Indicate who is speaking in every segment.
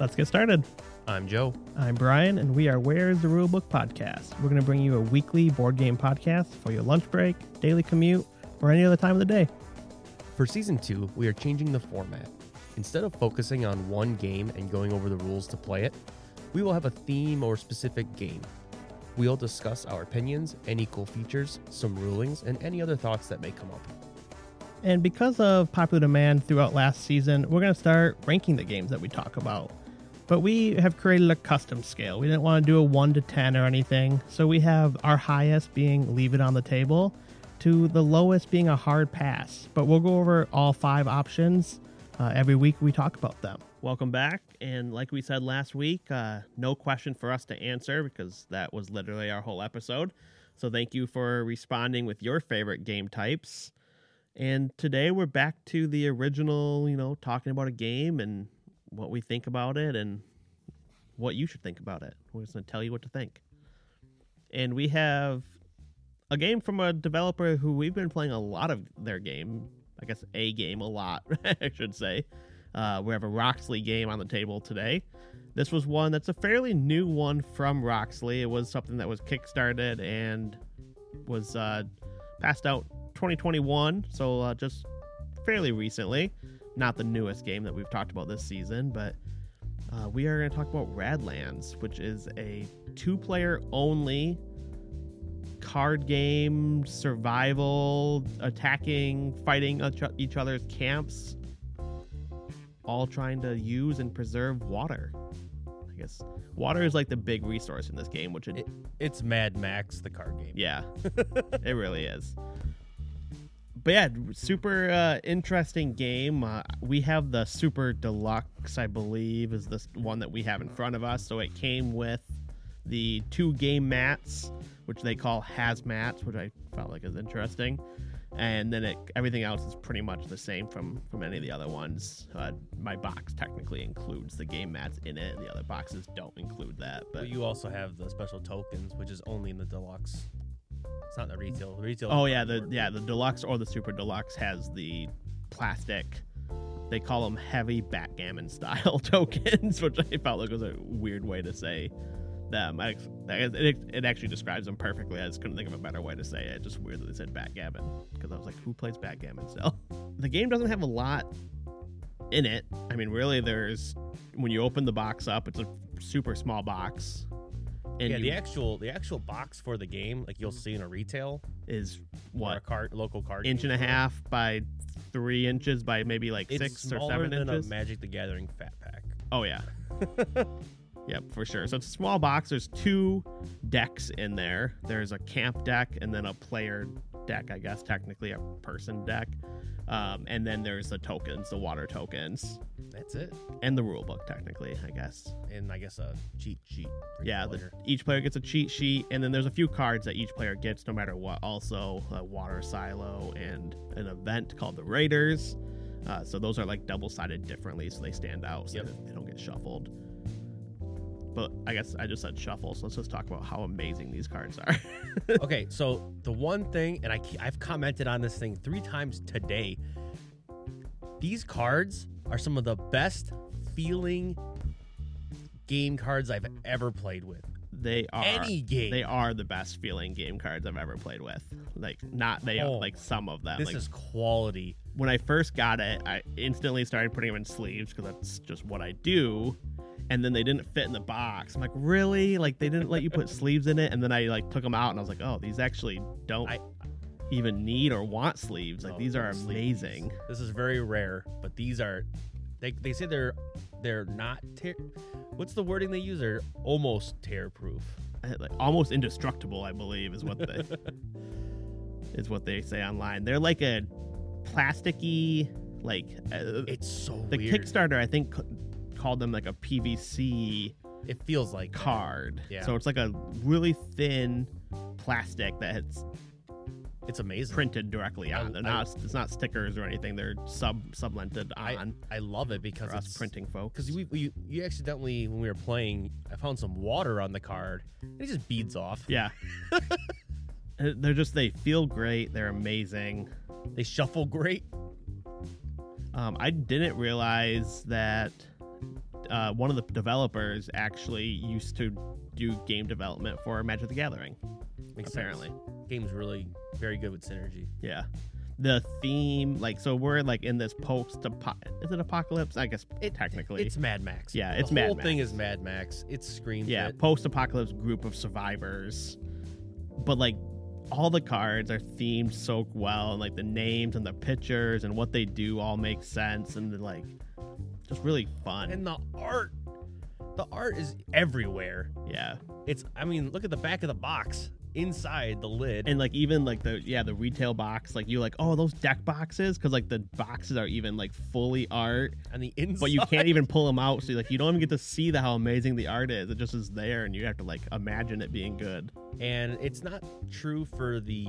Speaker 1: Let's get started.
Speaker 2: I'm Joe.
Speaker 1: I'm Brian, and we are Where's the Rulebook podcast. We're going to bring you a weekly board game podcast for your lunch break, daily commute, or any other time of the day.
Speaker 2: For season two, we are changing the format. Instead of focusing on one game and going over the rules to play it, we will have a theme or specific game. We'll discuss our opinions, any cool features, some rulings, and any other thoughts that may come up.
Speaker 1: And because of popular demand throughout last season, we're going to start ranking the games that we talk about. But we have created a custom scale. We didn't want to do a 1 to 10 or anything. So we have our highest being leave it on the table to the lowest being a hard pass. But we'll go over all five options uh, every week we talk about them. Welcome back. And like we said last week, uh, no question for us to answer because that was literally our whole episode. So thank you for responding with your favorite game types. And today we're back to the original, you know, talking about a game and what we think about it and what you should think about it. We're just going to tell you what to think. And we have a game from a developer who we've been playing a lot of their game. I guess a game a lot, I should say. Uh, we have a Roxley game on the table today. This was one that's a fairly new one from Roxley. It was something that was kickstarted and was uh, passed out 2021, so uh, just fairly recently. Not the newest game that we've talked about this season, but uh, we are going to talk about Radlands, which is a two player only card game, survival, attacking, fighting each- each other's camps, all trying to use and preserve water. I guess water is like the big resource in this game, which it
Speaker 2: It- It's Mad Max, the card game.
Speaker 1: yeah, it really is. But yeah, super uh, interesting game. Uh, we have the super deluxe, I believe, is this one that we have in front of us. So it came with the two game mats, which they call hazmats, which I felt like is interesting. And then it, everything else is pretty much the same from from any of the other ones. Uh, my box technically includes the game mats in it. The other boxes don't include that. But
Speaker 3: But you also have the special tokens, which is only in the deluxe. It's not in the retail. Retail.
Speaker 1: Oh yeah, the yeah the deluxe or the super deluxe has the plastic. They call them heavy backgammon style tokens, which I felt like was a weird way to say them. I, I- it, it actually describes them perfectly. I just couldn't think of a better way to say it. It's just weird that they said backgammon because I was like, who plays backgammon still? The game doesn't have a lot in it. I mean, really, there's when you open the box up, it's a super small box, and
Speaker 3: yeah,
Speaker 1: you,
Speaker 3: the actual the actual box for the game, like you'll see in a retail
Speaker 1: is
Speaker 3: or a
Speaker 1: Mm-hmm. what
Speaker 3: card local card
Speaker 1: inch and a half by three inches by maybe like
Speaker 3: It's
Speaker 1: six or
Speaker 3: smaller
Speaker 1: seven
Speaker 3: than
Speaker 1: inches.
Speaker 3: a Magic the Gathering fat pack.
Speaker 1: oh yeah, yep for sure. So it's a small box. There's two decks in there. There's a camp deck and then a player deck, I guess technically a person deck, um, and then there's the tokens, the water tokens,
Speaker 3: That's it,
Speaker 1: and the rule book technically, I guess.
Speaker 3: and I guess a cheat sheet. for each
Speaker 1: Yeah, the,
Speaker 3: player.
Speaker 1: each player gets a cheat sheet, and then there's a few cards that each player gets no matter what. Also, a water silo and an event called the Raiders. Uh, so those are like double sided differently, so they stand out, so
Speaker 3: Yep.
Speaker 1: that they don't get shuffled. But I guess I just said shuffle, so let's just talk about how amazing these cards are.
Speaker 3: okay, so the one thing, and I ke- I've commented on this thing three times today. These cards are some of the best feeling game cards I've ever played with.
Speaker 1: they are
Speaker 3: Any game.
Speaker 1: they are the best feeling game cards I've ever played with. Like not they
Speaker 3: Oh.
Speaker 1: like some of them.
Speaker 3: This
Speaker 1: like,
Speaker 3: is quality.
Speaker 1: when I first got it, I instantly started putting them in sleeves because that's just what I do. And then they didn't fit in the box. I'm like, really? Like they didn't let you put sleeves in it? And then I like took them out and I was like, oh, these actually don't
Speaker 3: I-
Speaker 1: even need or want sleeves. Like
Speaker 3: Oh,
Speaker 1: these are
Speaker 3: sleeves.
Speaker 1: amazing.
Speaker 3: This is very rare, but these are they, they say they're they're not tear. What's the wording they use? They're almost tear proof.
Speaker 1: I- Eh, Like, almost indestructible, I believe, is what they is what they say online. They're like a plasticky, like uh,
Speaker 3: It's so
Speaker 1: the
Speaker 3: weird.
Speaker 1: Kickstarter. I think c- called them like a PVC
Speaker 3: it feels like that.
Speaker 1: card.
Speaker 3: Yeah.
Speaker 1: So it's like a really thin plastic that's
Speaker 3: It's amazing.
Speaker 1: printed directly
Speaker 3: I-
Speaker 1: on. They're
Speaker 3: I-
Speaker 1: not, it's not stickers or anything. They're sub sublented
Speaker 3: I-
Speaker 1: on
Speaker 3: I love it because
Speaker 1: for us
Speaker 3: it's
Speaker 1: printing folks.
Speaker 3: Because we, we you accidentally when we were playing, I found some water on the card. And it just beads off.
Speaker 1: Yeah. Uh, they're just they feel great. They're amazing.
Speaker 3: They shuffle great.
Speaker 1: Um, I didn't realize that uh, one of the developers actually used to do game development for Magic the Gathering.
Speaker 3: Makes
Speaker 1: apparently,
Speaker 3: sense. game's really very good with synergy.
Speaker 1: yeah. The theme, like, so we're like in this post is it apocalypse? I guess
Speaker 3: It-
Speaker 1: technically,
Speaker 3: It's Mad Max.
Speaker 1: Yeah, it's
Speaker 3: the
Speaker 1: Mad
Speaker 3: whole
Speaker 1: Max.
Speaker 3: thing is Mad Max. It screams
Speaker 1: yeah,
Speaker 3: it.
Speaker 1: post apocalypse group of survivors. But like all the cards are themed so well and like the names and the pictures and what they do all make sense and they're like just really fun.
Speaker 3: and the art. The art is everywhere.
Speaker 1: yeah.
Speaker 3: It's I mean, look at the back of the box. Inside the lid.
Speaker 1: And like even like the yeah, the retail box, like you like, oh those deck boxes cuz like the boxes are even like fully art,
Speaker 3: and the inside.
Speaker 1: but you can't even pull them out so like you don't even get to see the how amazing the art is. It just is there and you have to like imagine it being good.
Speaker 3: and it's not true for the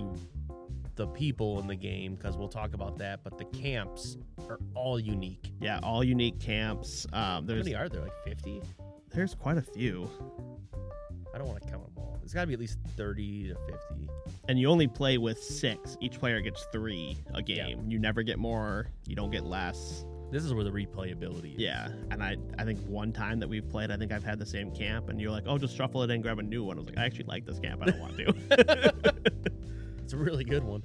Speaker 3: the people in the game because we'll talk about that. But the camps are all unique.
Speaker 1: Yeah, all unique camps. Um
Speaker 3: How
Speaker 1: there's
Speaker 3: many are there? Like fifty?
Speaker 1: there's quite a few.
Speaker 3: I don't want to count them all. It's got to be at least thirty to fifty.
Speaker 1: and you only play with six. Each player gets three a
Speaker 3: Yeah.
Speaker 1: game. You never get more. You don't get less.
Speaker 3: This is where the replayability. Is.
Speaker 1: Yeah. And I, I think one time that we've played, I think I've had the same camp, and you're like, oh, just shuffle it in, grab a new one. I was like, I actually like this camp. I don't want to.
Speaker 3: It's a really good one.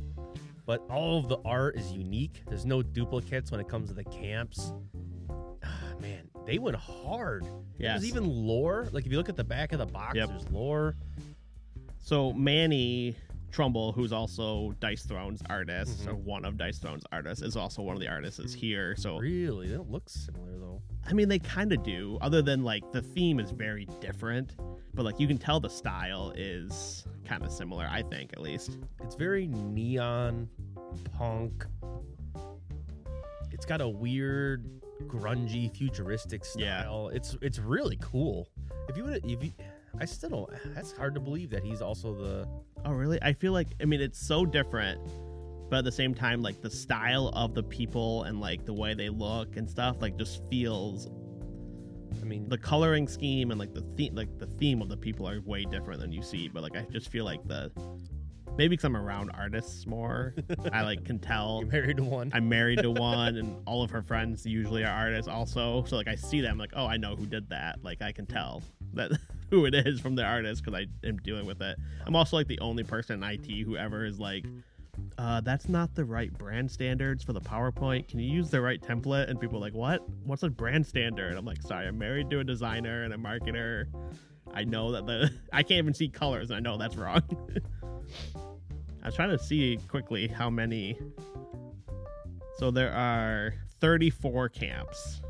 Speaker 3: But all of the art is unique. There's no duplicates when it comes to the camps. Ah, man, they went hard.
Speaker 1: yeah.
Speaker 3: There's even lore. Like if you look at the back of the box,
Speaker 1: Yep.
Speaker 3: there's lore.
Speaker 1: So Manny Trumbull, who's also Dice Thrones artist,
Speaker 3: Mhm.
Speaker 1: or one of Dice Thrones artists, is also one of the artists is here. So
Speaker 3: Really, they don't look similar though.
Speaker 1: I mean, they kind of do, other than like the theme is very different, but like you can tell the style is kind of similar. I think at least.
Speaker 3: It's very neon punk. It's got a weird grungy futuristic
Speaker 1: Yeah.
Speaker 3: style. It's it's really cool. If you would if you I still don't that's hard to believe that he's also the
Speaker 1: Oh, really? I feel like I mean it's so different, but at the same time, like the style of the people and like the way they look and stuff, like just feels
Speaker 3: I mean
Speaker 1: the coloring scheme and like the theme, like the theme of the people are way different than you see. But like I just feel like the maybe because I'm around artists more, I like can tell.
Speaker 3: you're married to one.
Speaker 1: I'm married to one, and all of her friends usually are artists also. So like I see them, like oh I know who did that. Like I can tell that who it is from the artist because I am dealing with it. I'm also like the only person in IT who ever is like. Uh, that's not the right brand standards for the PowerPoint. Can you use the right template? And people are like, what? What's a brand standard? I'm like, sorry, I'm married to a designer and a marketer. I know that the I can't even see colors. And I know that's wrong. I was trying to see quickly how many so there are 34 camps.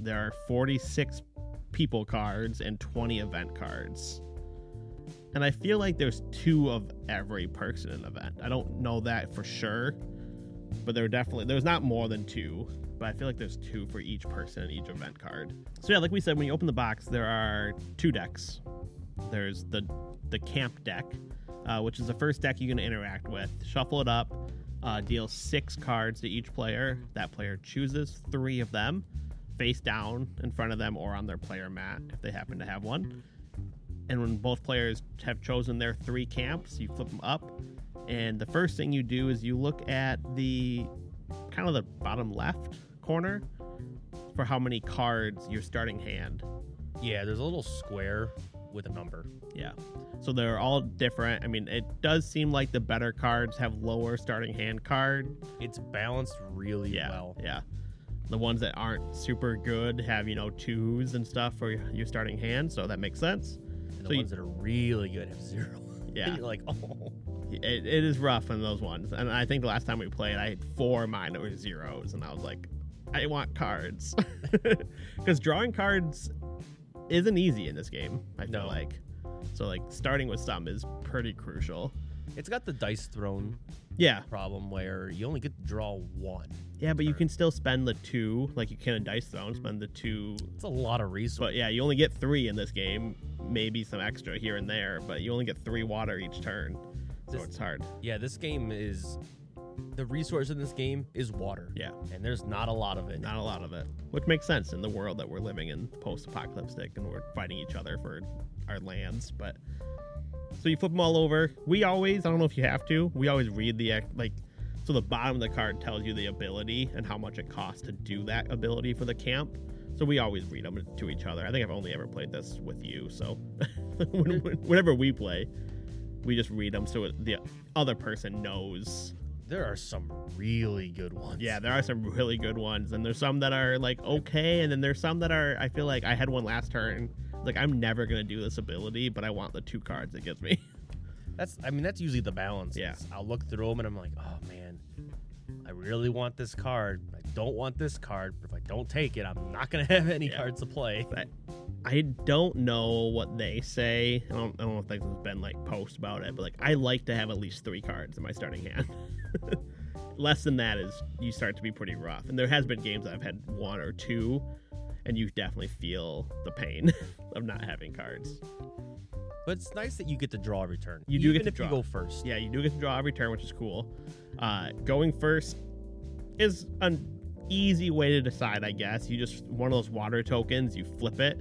Speaker 1: There are 46 people cards and 20 event cards. And I feel like there's two of every person in the event. I don't know that for sure, but there are definitely there's not more than two, but I feel like there's two for each person in each event card. So yeah, like we said, when you open the box, there are two decks. There's the the camp deck, uh, which is the first deck you're gonna interact with. Shuffle it up, uh, deal six cards to each player. That player chooses three of them face down in front of them or on their player mat if they happen to have one. And when both players have chosen their three camps, you flip them up. And the first thing you do is you look at the kind of the bottom left corner for how many cards your starting hand
Speaker 3: Yeah, there's a little square with a number.
Speaker 1: yeah. So they're all different. I mean, it does seem like the better cards have lower starting hand card.
Speaker 3: It's balanced really
Speaker 1: Yeah.
Speaker 3: well.
Speaker 1: Yeah. The ones that aren't super good have, you know, twos and stuff for your starting hand, so that makes sense.
Speaker 3: And the
Speaker 1: So you-
Speaker 3: ones that are really good have zero.
Speaker 1: Yeah.
Speaker 3: And you're like, oh.
Speaker 1: It, it is rough in those ones. And I think the last time we played, I had four of mine that were zeros, and I was like, I want cards. Because drawing cards isn't easy in this game, I feel
Speaker 3: No.
Speaker 1: like. So, like, starting with some is pretty crucial.
Speaker 3: It's got the dice thrown
Speaker 1: Yeah,
Speaker 3: problem where you only get to draw one.
Speaker 1: Yeah, but you
Speaker 3: Or-
Speaker 1: can still spend the two, like you can in Dice Throne, spend the two.
Speaker 3: It's a lot of resources.
Speaker 1: But yeah, you only get three in this game, maybe some extra here and there, but you only get three water each turn. So
Speaker 3: This-
Speaker 1: it's hard.
Speaker 3: yeah, this game is the resource in this game is water.
Speaker 1: Yeah,
Speaker 3: And there's not a lot of it.
Speaker 1: not a lot of it, which makes sense in the world that we're living in post apocalyptic and we're fighting each other for our lands. But so you flip them all over. We always, I don't know if you have to, we always read the, act- like, So the bottom of the card tells you the ability and how much it costs to do that ability for the camp. So we always read them to each other. I think I've only ever played this with you. So when, when- whenever we play, we just read them so the other person knows.
Speaker 3: There are some really good ones.
Speaker 1: Yeah, there are some really good ones, and there's some that are like okay, and then there's some that are. I feel like I had one last turn. Like I'm never gonna do this ability, but I want the two cards it gives me.
Speaker 3: That's I mean that's usually the balance.
Speaker 1: Yeah.
Speaker 3: is I'll look through them and I'm like, oh man, I really want this card. I don't want this card. But if I don't take it, I'm not gonna have any
Speaker 1: Yeah.
Speaker 3: cards to play.
Speaker 1: I don't know what they say. I don't, I don't think there's been like posts about it, but like I like to have at least three cards in my starting hand. Less than that is you start to be pretty rough. And there has been games that I've had one or two, and you definitely feel the pain of not having cards.
Speaker 3: But it's nice that you get to draw every turn.
Speaker 1: You do get
Speaker 3: even
Speaker 1: to
Speaker 3: if
Speaker 1: draw.
Speaker 3: you go first.
Speaker 1: Yeah, you do get to draw every turn, which is cool. Uh, going first is an easy way to decide, I guess. You just one of those water tokens, you flip it.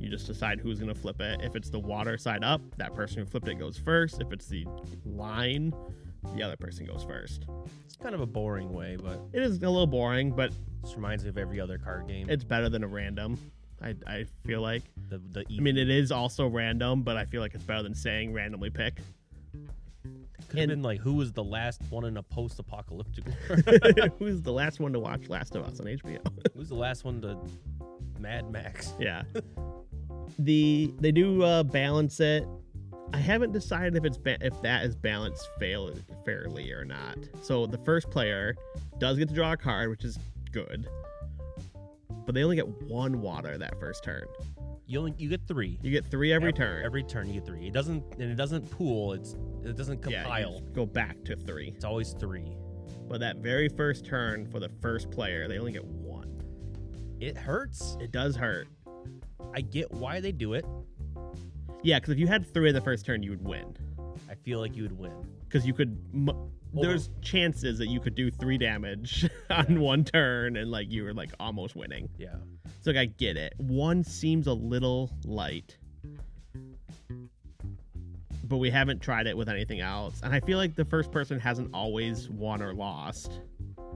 Speaker 1: You just decide who's gonna flip it. If it's the water side up, that person who flipped it goes first. If it's the line, the other person goes first.
Speaker 3: It's kind of a boring way, but
Speaker 1: It is a little boring, but
Speaker 3: this reminds me of every other card game.
Speaker 1: it's better than a random. I, I feel like.
Speaker 3: the the
Speaker 1: I mean, it is also random, but I feel like it's better than saying randomly pick.
Speaker 3: could have
Speaker 1: and-
Speaker 3: E been like who was the last one in a post-apocalyptic world?
Speaker 1: Who's the last one to watch Last of Us on HBO?
Speaker 3: Who's the last one to Mad Max?
Speaker 1: Yeah. the they do uh, balance it. I haven't decided if it's ba- if that is balanced fail- fairly or not. So the first player does get to draw a card, which is good. But they only get one water that first turn.
Speaker 3: You only you get three
Speaker 1: You get three every
Speaker 3: Ev-
Speaker 1: turn.
Speaker 3: Every turn you get three. It doesn't and it doesn't pool. It's it doesn't
Speaker 1: Yeah, you
Speaker 3: compile.
Speaker 1: just go back to three.
Speaker 3: It's always three.
Speaker 1: But that very first turn for the first player, they only get one.
Speaker 3: It hurts.
Speaker 1: It does hurt.
Speaker 3: I get why they do it.
Speaker 1: Yeah, because if you had three of the first turn, you would win.
Speaker 3: I feel like you would win.
Speaker 1: because you could. M- there's chances that you could do three damage on one turn, and like you were like almost winning.
Speaker 3: Yeah.
Speaker 1: So like I get it. One seems a little light, but we haven't tried it with anything else, and I feel like the first person hasn't always won or lost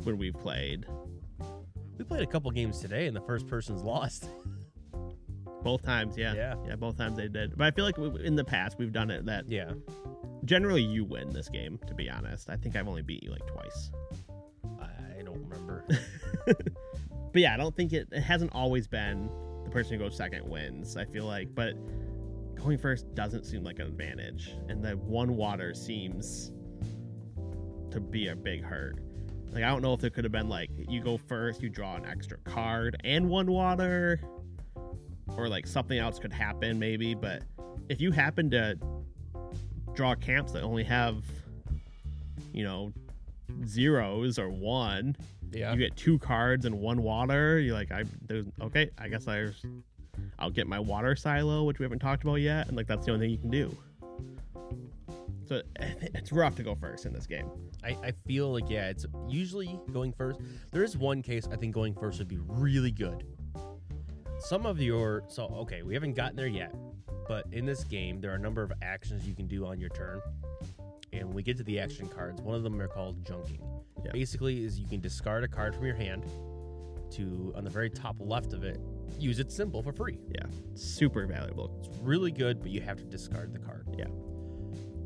Speaker 1: when we've played.
Speaker 3: We played a couple games today and the first person's lost.
Speaker 1: Both times, yeah.
Speaker 3: Yeah.
Speaker 1: Yeah, both times they did. But I feel like we- in the past we've done it that
Speaker 3: Yeah.
Speaker 1: generally you win this game, to be honest. I think I've only beat you like twice.
Speaker 3: I, I don't remember.
Speaker 1: but yeah, I don't think it, it hasn't always been the person who goes second wins. I feel like, but going first doesn't seem like an advantage, and the one water seems to be a big hurt. Like I don't know if it could have been like you go first, you draw an extra card and one water, or like something else could happen maybe. But if you happen to draw camps that only have, you know, zeros or one,
Speaker 2: Yeah.
Speaker 1: you get two cards and one water. You're like, I there's okay. I guess I, I'll get my water silo, which we haven't talked about yet, and like that's the only thing you can do. So it's rough to go first in this game.
Speaker 3: I, I feel like yeah, it's usually going first. There is one case I think going first would be really good. Some of your so okay, we haven't gotten there yet, but in this game there are a number of actions you can do on your turn. And when we get to the action cards, one of them are called junking.
Speaker 1: Yeah.
Speaker 3: Basically is you can discard a card from your hand to on the very top left of it, use its symbol for free.
Speaker 1: Super valuable.
Speaker 3: It's really good, but you have to discard the card.
Speaker 1: Yeah.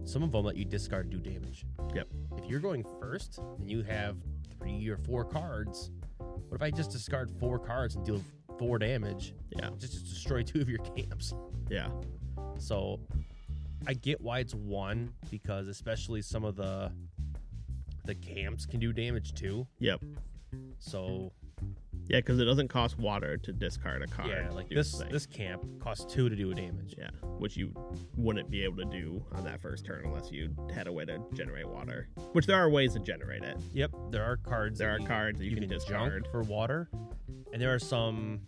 Speaker 3: Some of them let you discard do damage.
Speaker 1: Yep.
Speaker 3: If you're going first and you have three or four cards, what if I just discard four cards and deal four damage?
Speaker 1: Yeah.
Speaker 3: Just, just destroy two of your camps.
Speaker 1: Yeah.
Speaker 3: So I get why it's one because especially some of the the camps can do damage too.
Speaker 1: Yep.
Speaker 3: So
Speaker 1: Yeah, because it doesn't cost water to discard a card.
Speaker 3: yeah,
Speaker 1: to
Speaker 3: like
Speaker 1: do
Speaker 3: this
Speaker 1: the thing.
Speaker 3: this camp costs two to do a damage.
Speaker 1: Yeah, which you wouldn't be able to do on that first turn unless you had a way to generate water. Which there are ways to generate it.
Speaker 3: Yep, there are cards.
Speaker 1: There
Speaker 3: that
Speaker 1: are cards that you can
Speaker 3: junk
Speaker 1: discard.
Speaker 3: for water, and there are some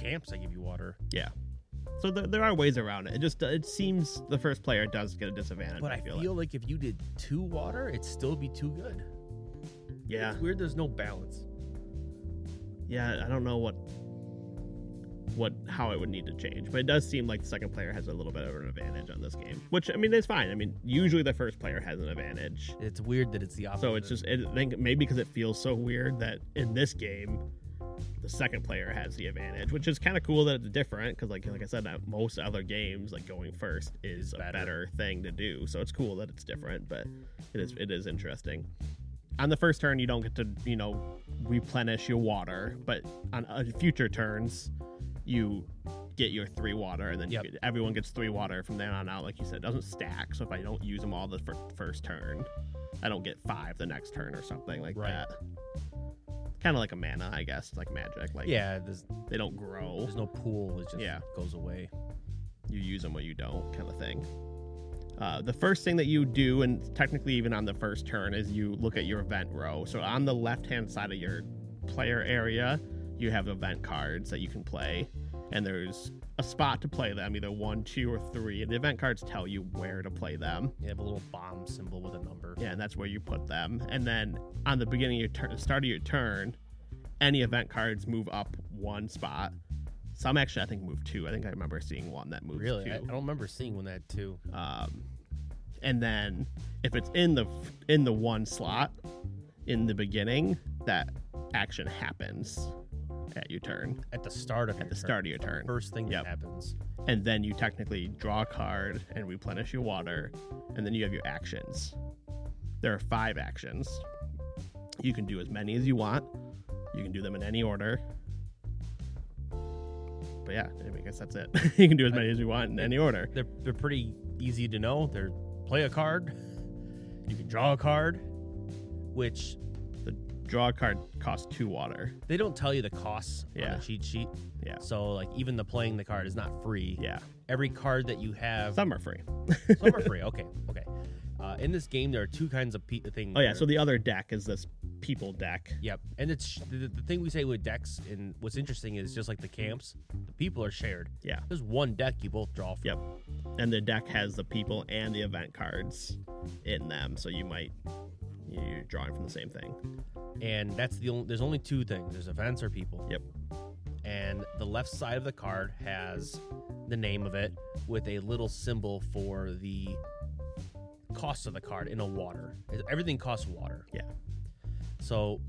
Speaker 3: camps that give you water.
Speaker 1: So there, there are ways around it. It just it seems the first player does get a disadvantage.
Speaker 3: But I feel,
Speaker 1: like.
Speaker 3: like if you did two water, it'd still be too good.
Speaker 1: yeah,
Speaker 3: it's weird. There's no balance.
Speaker 1: yeah. I don't know what what how it would need to change. But it does seem like the second player has a little bit of an advantage on this game, which I mean is fine. I mean usually the first player has an advantage,
Speaker 3: It's weird that it's the opposite.
Speaker 1: so it's just it, I think maybe because it feels so weird that in this game the second player has the advantage, which is kind of cool that it's different because like like I said, at most other games like going first is a better thing to do. So it's cool that it's different, but it is it is interesting. On the first turn, you don't get to you know replenish your water, but on uh, future turns, you get your three water, and then you
Speaker 3: Yep.
Speaker 1: get, everyone gets three water from there on out. Like you said, it doesn't stack. So if I don't use them all the fir- first turn, I don't get five the next turn or something like
Speaker 3: Right.
Speaker 1: that. Kind of like a mana, I guess, like magic. Like
Speaker 3: yeah. There's,
Speaker 1: they don't grow.
Speaker 3: there's no pool. It just
Speaker 1: Yeah.
Speaker 3: goes away.
Speaker 1: You use them when you don't, kind of thing. Uh, the first thing that you do, and technically even on the first turn, is you look at your event row. So on the left hand side of your player area, you have event cards that you can play, and there's a spot to play them, either one, two, or three. And the event cards tell you where to play them.
Speaker 3: You have a little bomb symbol with a number.
Speaker 1: Yeah, and that's where you put them. And then on the beginning of your turn, start of your turn, any event cards move up one spot. Some actually, I think, move two. I think I remember seeing one that moves
Speaker 3: Really, I, I
Speaker 1: two.
Speaker 3: don't remember seeing one that too.
Speaker 1: Um, and then if it's in the in the one slot in the beginning, that action happens at your turn,
Speaker 3: At the start of
Speaker 1: at the start of your turn.
Speaker 3: first thing
Speaker 1: Yep.
Speaker 3: that happens.
Speaker 1: and then you technically draw a card and replenish your water, and then you have your actions. There are five actions. You can do as many as you want. You can do them in any order. But yeah, I guess that's it. you can do as many as you want in any order.
Speaker 3: They're they're pretty easy to know. They're play a card. You can draw a card, which
Speaker 1: The draw card costs two water.
Speaker 3: they don't tell you the costs on
Speaker 1: Yeah.
Speaker 3: the cheat sheet.
Speaker 1: Yeah.
Speaker 3: So like even the playing the card is not free.
Speaker 1: Yeah,
Speaker 3: Every card that you have, some,
Speaker 1: some are free.
Speaker 3: are free. Okay, okay. Uh, in this game, there are two kinds of pe- things.
Speaker 1: Oh yeah, so the other deck is this people deck.
Speaker 3: Yep, and it's the, the thing we say with decks, and what's interesting is just like the camps, the people are shared.
Speaker 1: Yeah.
Speaker 3: There's one deck you both draw from.
Speaker 1: Yep. And the deck has the people and the event cards in them, so you might you're drawing from the same thing.
Speaker 3: and that's the only. There's only two things. There's events or people.
Speaker 1: Yep.
Speaker 3: And the left side of the card has the name of it with a little symbol for the cost of the card in a water. Everything costs water.
Speaker 1: Yeah.
Speaker 3: So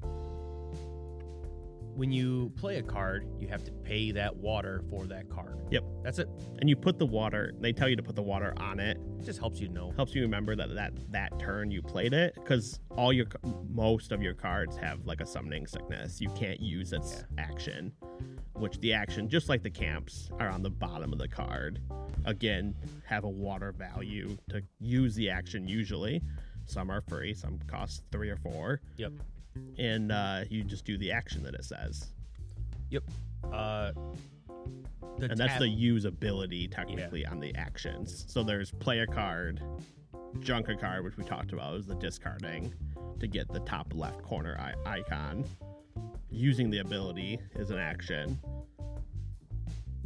Speaker 3: when you play a card, you have to pay that water for that card.
Speaker 1: Yep.
Speaker 3: That's it.
Speaker 1: And you put the water. They tell you to put the water on it.
Speaker 3: It just helps you know.
Speaker 1: Helps you remember that that that turn you played it because all your most of your cards have like a summoning sickness. You can't use its action, which the action just like the camps are on the bottom of the card. Again, have a water value to use the action usually. Some are free. Some cost three or four,
Speaker 3: Yep.
Speaker 1: and uh, you just do the action that it says.
Speaker 3: Yep. Uh, the
Speaker 1: and that's
Speaker 3: tap-
Speaker 1: the usability technically on the actions. So there's play a card, junk a card, which we talked about is the discarding to get the top left corner I- icon. Using the ability is an action.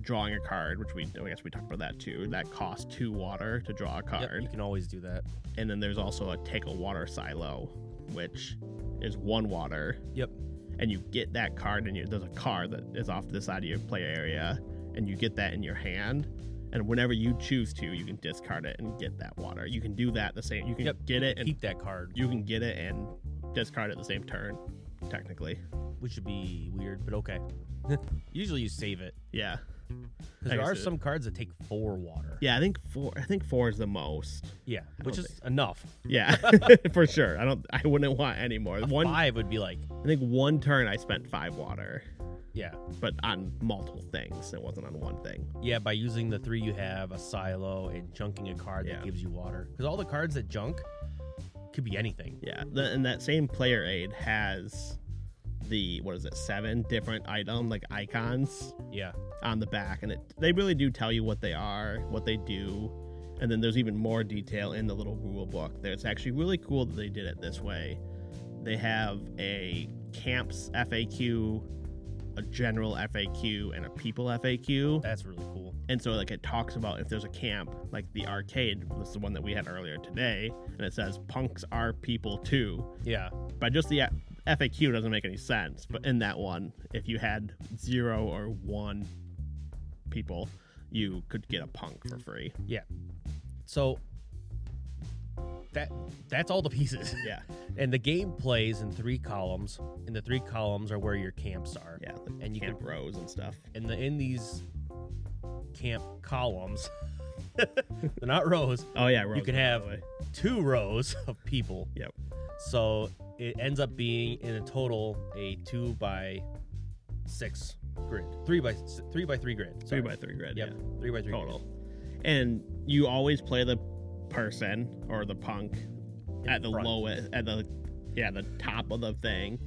Speaker 1: Drawing a card, which we I guess we talked about that too. That costs two water to draw a
Speaker 3: Yep,
Speaker 1: card,
Speaker 3: you can always do that.
Speaker 1: and then there's also a take a water silo, which is one water
Speaker 3: Yep.
Speaker 1: and you get that card and you, there's a card that is off to the side of your player area and you get that in your hand and whenever you choose to you can discard it and get that water you can do that the same you can
Speaker 3: Yep.
Speaker 1: get it and
Speaker 3: Keep that card,
Speaker 1: you can get it and discard it the same turn technically
Speaker 3: which would be weird, but okay. Usually you save it
Speaker 1: yeah
Speaker 3: because
Speaker 1: I
Speaker 3: there
Speaker 1: guess
Speaker 3: are
Speaker 1: it-
Speaker 3: some cards that take four water.
Speaker 1: yeah i think four i think four is the most
Speaker 3: Yeah, which
Speaker 1: don't
Speaker 3: is enough.
Speaker 1: yeah for sure i don't i wouldn't want any more one
Speaker 3: Five would be like,
Speaker 1: i think one turn i spent five water
Speaker 3: yeah,
Speaker 1: but on multiple things it wasn't on one thing
Speaker 3: yeah. By using the three you have, a silo and junking a card
Speaker 1: Yeah.
Speaker 3: that gives you water, because all the cards that junk could be anything.
Speaker 1: Yeah, th- and that same player aid has the what is it? Seven different item like icons
Speaker 3: Yeah,
Speaker 1: on the back, and it they really do tell you what they are, what they do, and then there's even more detail in the little rule book. There- It's actually really cool that they did it this way. They have a camps FAQ, a general FAQ, and a people FAQ.
Speaker 3: that's really cool.
Speaker 1: And so, like, it talks about if there's a camp, like the arcade, this is the one that we had earlier today, and it says, Punks are people too
Speaker 3: Yeah,
Speaker 1: by just the FAQ doesn't make any sense. But in that one, if you had zero or one people, you could get a punk for free.
Speaker 3: So that that's all the pieces.
Speaker 1: Yeah,
Speaker 3: And the game plays in three columns, and the three columns are where your camps are.
Speaker 1: yeah, like
Speaker 3: And you
Speaker 1: camp
Speaker 3: can-
Speaker 1: rows and stuff.
Speaker 3: And the, in these camp columns, they're not rows.
Speaker 1: Oh yeah, rows,
Speaker 3: you can
Speaker 1: by the
Speaker 3: have
Speaker 1: way.
Speaker 3: two rows of people.
Speaker 1: Yep.
Speaker 3: So it ends up being in a total a two by six grid, three by s- three by three grid.
Speaker 1: three
Speaker 3: sorry.
Speaker 1: by three grid.
Speaker 3: Yep,
Speaker 1: yeah.
Speaker 3: three by three
Speaker 1: total. And you always play the person or the punk
Speaker 3: In
Speaker 1: at the
Speaker 3: front.
Speaker 1: lowest, at the yeah, the top of the thing.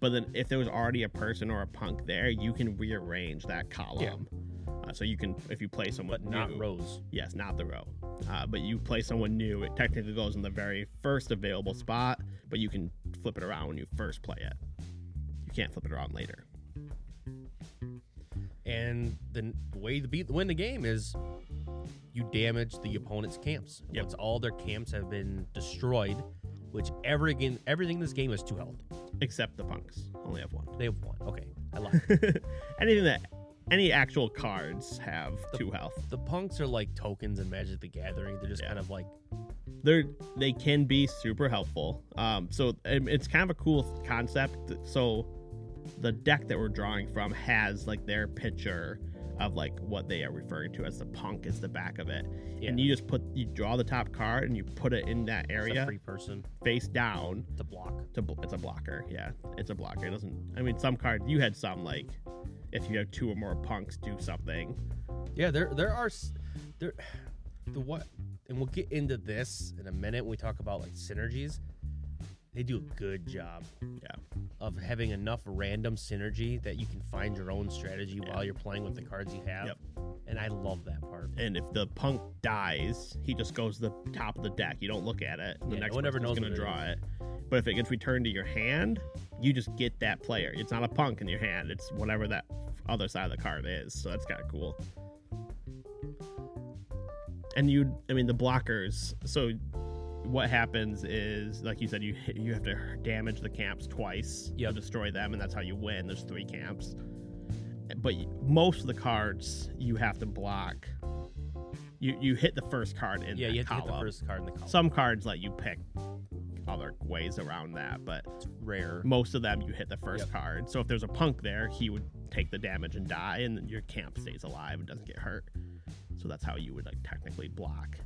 Speaker 1: But then if there was already a person or a punk there, you can rearrange that column. Uh, so you can, if you play someone
Speaker 3: but not
Speaker 1: new,
Speaker 3: rows.
Speaker 1: yes, not the row. Uh, but you play someone new, it technically goes in the very first available spot, but you can flip it around when you first play it. You can't flip it around later.
Speaker 3: And the the way to beat win the game is you damage the opponent's camps.
Speaker 1: Yep.
Speaker 3: Once all their camps have been destroyed, which every game, everything in this game is two health.
Speaker 1: Except the punks only have one.
Speaker 3: They have one. Okay, I lied.
Speaker 1: Anything that any actual cards have two health.
Speaker 3: the punks are like tokens in Magic the Gathering. They're just
Speaker 1: Yeah.
Speaker 3: kind of like
Speaker 1: They're they can be super helpful. Um, so um, it's kind of a cool concept. So the deck that we're drawing from has like their picture of like what they are referring to as the punk is the back of it,
Speaker 3: yeah,
Speaker 1: and you just put you draw the top card and you put it in that
Speaker 3: it's a
Speaker 1: area
Speaker 3: free person
Speaker 1: face down.
Speaker 3: to block.
Speaker 1: To bl- it's a blocker. Yeah, it's a blocker. It doesn't. I mean, some cards you had some like if you have two or more punks do something.
Speaker 3: Yeah, there there are s- there the what and we'll get into this in a minute when we talk about like synergies. They do a good job
Speaker 1: Yeah.
Speaker 3: of having enough random synergy that you can find your own strategy while you're playing with the cards you have.
Speaker 1: Yep.
Speaker 3: And I love that part.
Speaker 1: and if the punk dies, he just goes to the top of the deck. You don't look at it. The
Speaker 3: Yeah,
Speaker 1: next
Speaker 3: no one ever
Speaker 1: person's
Speaker 3: knows
Speaker 1: gonna
Speaker 3: what it
Speaker 1: draw it. But if it gets returned to your hand, you just get that player. It's not a punk in your hand. It's whatever that other side of the card is. So that's kind of cool. And you, I mean, the blockers. So what happens is, like you said, you hit- you have to damage the camps twice. You
Speaker 3: Yep.
Speaker 1: destroy them, and that's how you win. There's three camps. But y- most of the cards you have to block. You you hit the first card in
Speaker 3: yeah,
Speaker 1: that
Speaker 3: you have to hit
Speaker 1: column.
Speaker 3: the first card in the column.
Speaker 1: Some cards let you pick other ways around that, but
Speaker 3: It's rare.
Speaker 1: most of them you hit the first
Speaker 3: Yep.
Speaker 1: card. So if there's a punk there, he would take the damage and die, and then your camp stays alive and doesn't get hurt. So that's how you would like technically block.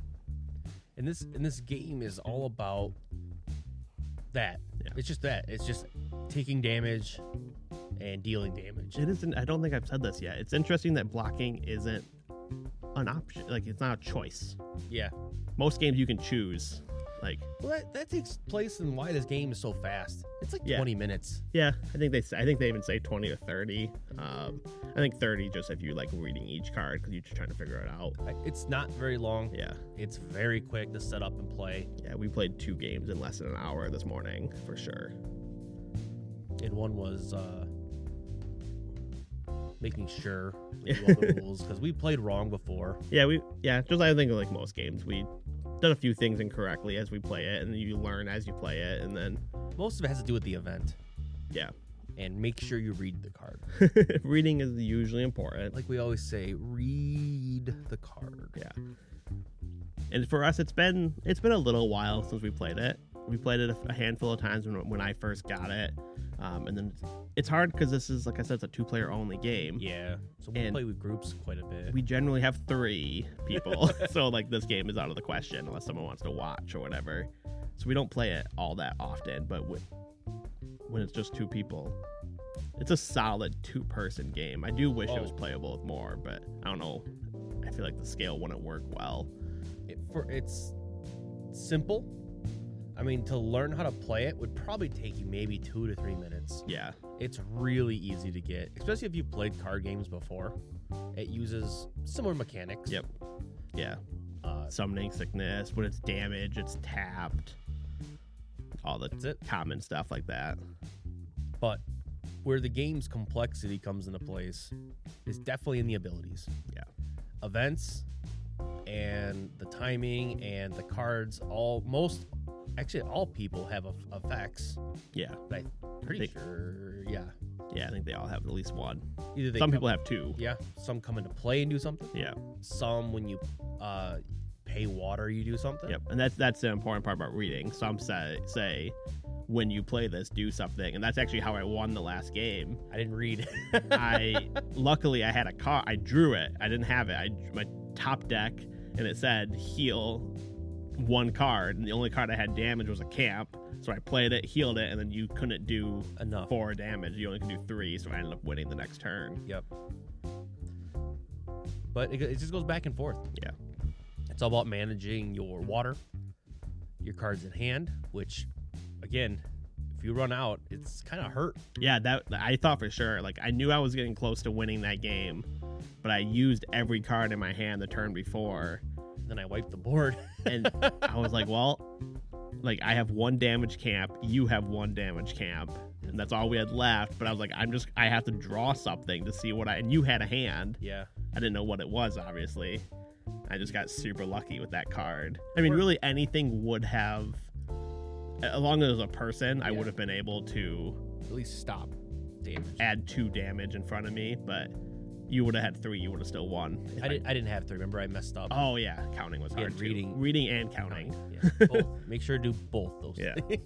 Speaker 3: And this and this game is all about that.
Speaker 1: Yeah.
Speaker 3: It's just that. It's just taking damage and dealing damage.
Speaker 1: It isn't. I don't think I've said this yet. It's interesting that blocking isn't an option. Like it's not a choice.
Speaker 3: Yeah.
Speaker 1: Most games you can choose. Like
Speaker 3: Well, that, that takes place in why this game is so fast. It's like
Speaker 1: Yeah.
Speaker 3: 20 minutes.
Speaker 1: yeah, I think they. s- I think they even say twenty or thirty. Um, I think thirty just if you like reading each card because you're just trying to figure it out.
Speaker 3: I- It's not very long.
Speaker 1: Yeah,
Speaker 3: It's very quick to set up and play
Speaker 1: yeah. We played two games in less than an hour this morning for sure.
Speaker 3: and one was uh, making sure we knew all the rules because we played wrong before.
Speaker 1: Yeah, we yeah, just I think like most games, we done a few things incorrectly as we play it, and you learn as you play it, and then
Speaker 3: Most of it has to do with the event
Speaker 1: yeah,
Speaker 3: and make sure you read the card.
Speaker 1: reading is usually important.
Speaker 3: Like we always say, read the card.
Speaker 1: Yeah. And for us, it's been it's been a little while since we played it. We played it a, a handful of times when, when I first got it, um, and then it's, it's hard because this is like I said, it's a two player only game.
Speaker 3: Yeah. So we
Speaker 1: And-
Speaker 3: play with groups quite a bit.
Speaker 1: We generally have three people, so like this game is out of the question unless someone wants to watch or whatever. So we don't play it all that often, but when, when it's just two people, it's a solid two person game. I do wish it was
Speaker 3: Oh.
Speaker 1: playable with more, but I don't know. I feel like the scale wouldn't work well.
Speaker 3: it, for it's simple. I mean, to learn how to play it would probably take you maybe two to three minutes.
Speaker 1: Yeah.
Speaker 3: It's really easy to get, especially if you played card games before. It uses similar mechanics.
Speaker 1: Yep. Yeah.
Speaker 3: Uh,
Speaker 1: Summoning sickness, when it's damaged, it's tapped. All the
Speaker 3: that's it.
Speaker 1: common stuff like that.
Speaker 3: But where the game's complexity comes into place is definitely in the abilities.
Speaker 1: Yeah.
Speaker 3: Events and the timing and the cards. All most, actually, all people have eff- effects.
Speaker 1: Yeah.
Speaker 3: Pretty
Speaker 1: Think-
Speaker 3: sure. Yeah.
Speaker 1: Yeah, I think they all have at least one.
Speaker 3: Either they
Speaker 1: Some
Speaker 3: come-
Speaker 1: people have two.
Speaker 3: yeah, some come into play and do something.
Speaker 1: Yeah.
Speaker 3: Some when you uh, pay water, you do something.
Speaker 1: Yep. And that's that's the important part about reading. Some say say when you play this, do something, and that's actually how I won the last game.
Speaker 3: I didn't read.
Speaker 1: I luckily I had a car. I drew it. I didn't have it. I my top deck, and it said heal one card, and the only card I had damage was a camp. So I played it, healed it, and then you couldn't do
Speaker 3: Enough.
Speaker 1: four damage. You only could do three. So I ended up winning the next turn.
Speaker 3: Yep. But it, it just goes back and forth.
Speaker 1: Yeah.
Speaker 3: It's all about managing your water, your cards in hand, which, again, if you run out, it's kind of hurt.
Speaker 1: Yeah, that I thought for sure. Like I knew I was getting close to winning that game, but I used every card in my hand the turn before,
Speaker 3: Then I wipe the board.
Speaker 1: and I was like, well. Like I have one damage camp, you have one damage camp, and that's all we had left. But I was like, I'm just I have to draw something to see what I and you had a hand.
Speaker 3: Yeah.
Speaker 1: I didn't know what it was, obviously. I just got super lucky with that card. I mean,
Speaker 3: Or-
Speaker 1: really anything would have as long as it was a person, I
Speaker 3: Yeah.
Speaker 1: would have been able to
Speaker 2: At least stop.
Speaker 3: Damage.
Speaker 1: add two damage in front of me, but you would have had three. You would have still won. If
Speaker 3: I, did, I didn't have to. Remember, I messed up.
Speaker 1: Oh yeah, counting was
Speaker 3: Yeah,
Speaker 1: hard. too.
Speaker 3: reading-
Speaker 1: reading and counting.
Speaker 3: Yeah, both. Make sure to do both those
Speaker 1: Yeah.
Speaker 3: things.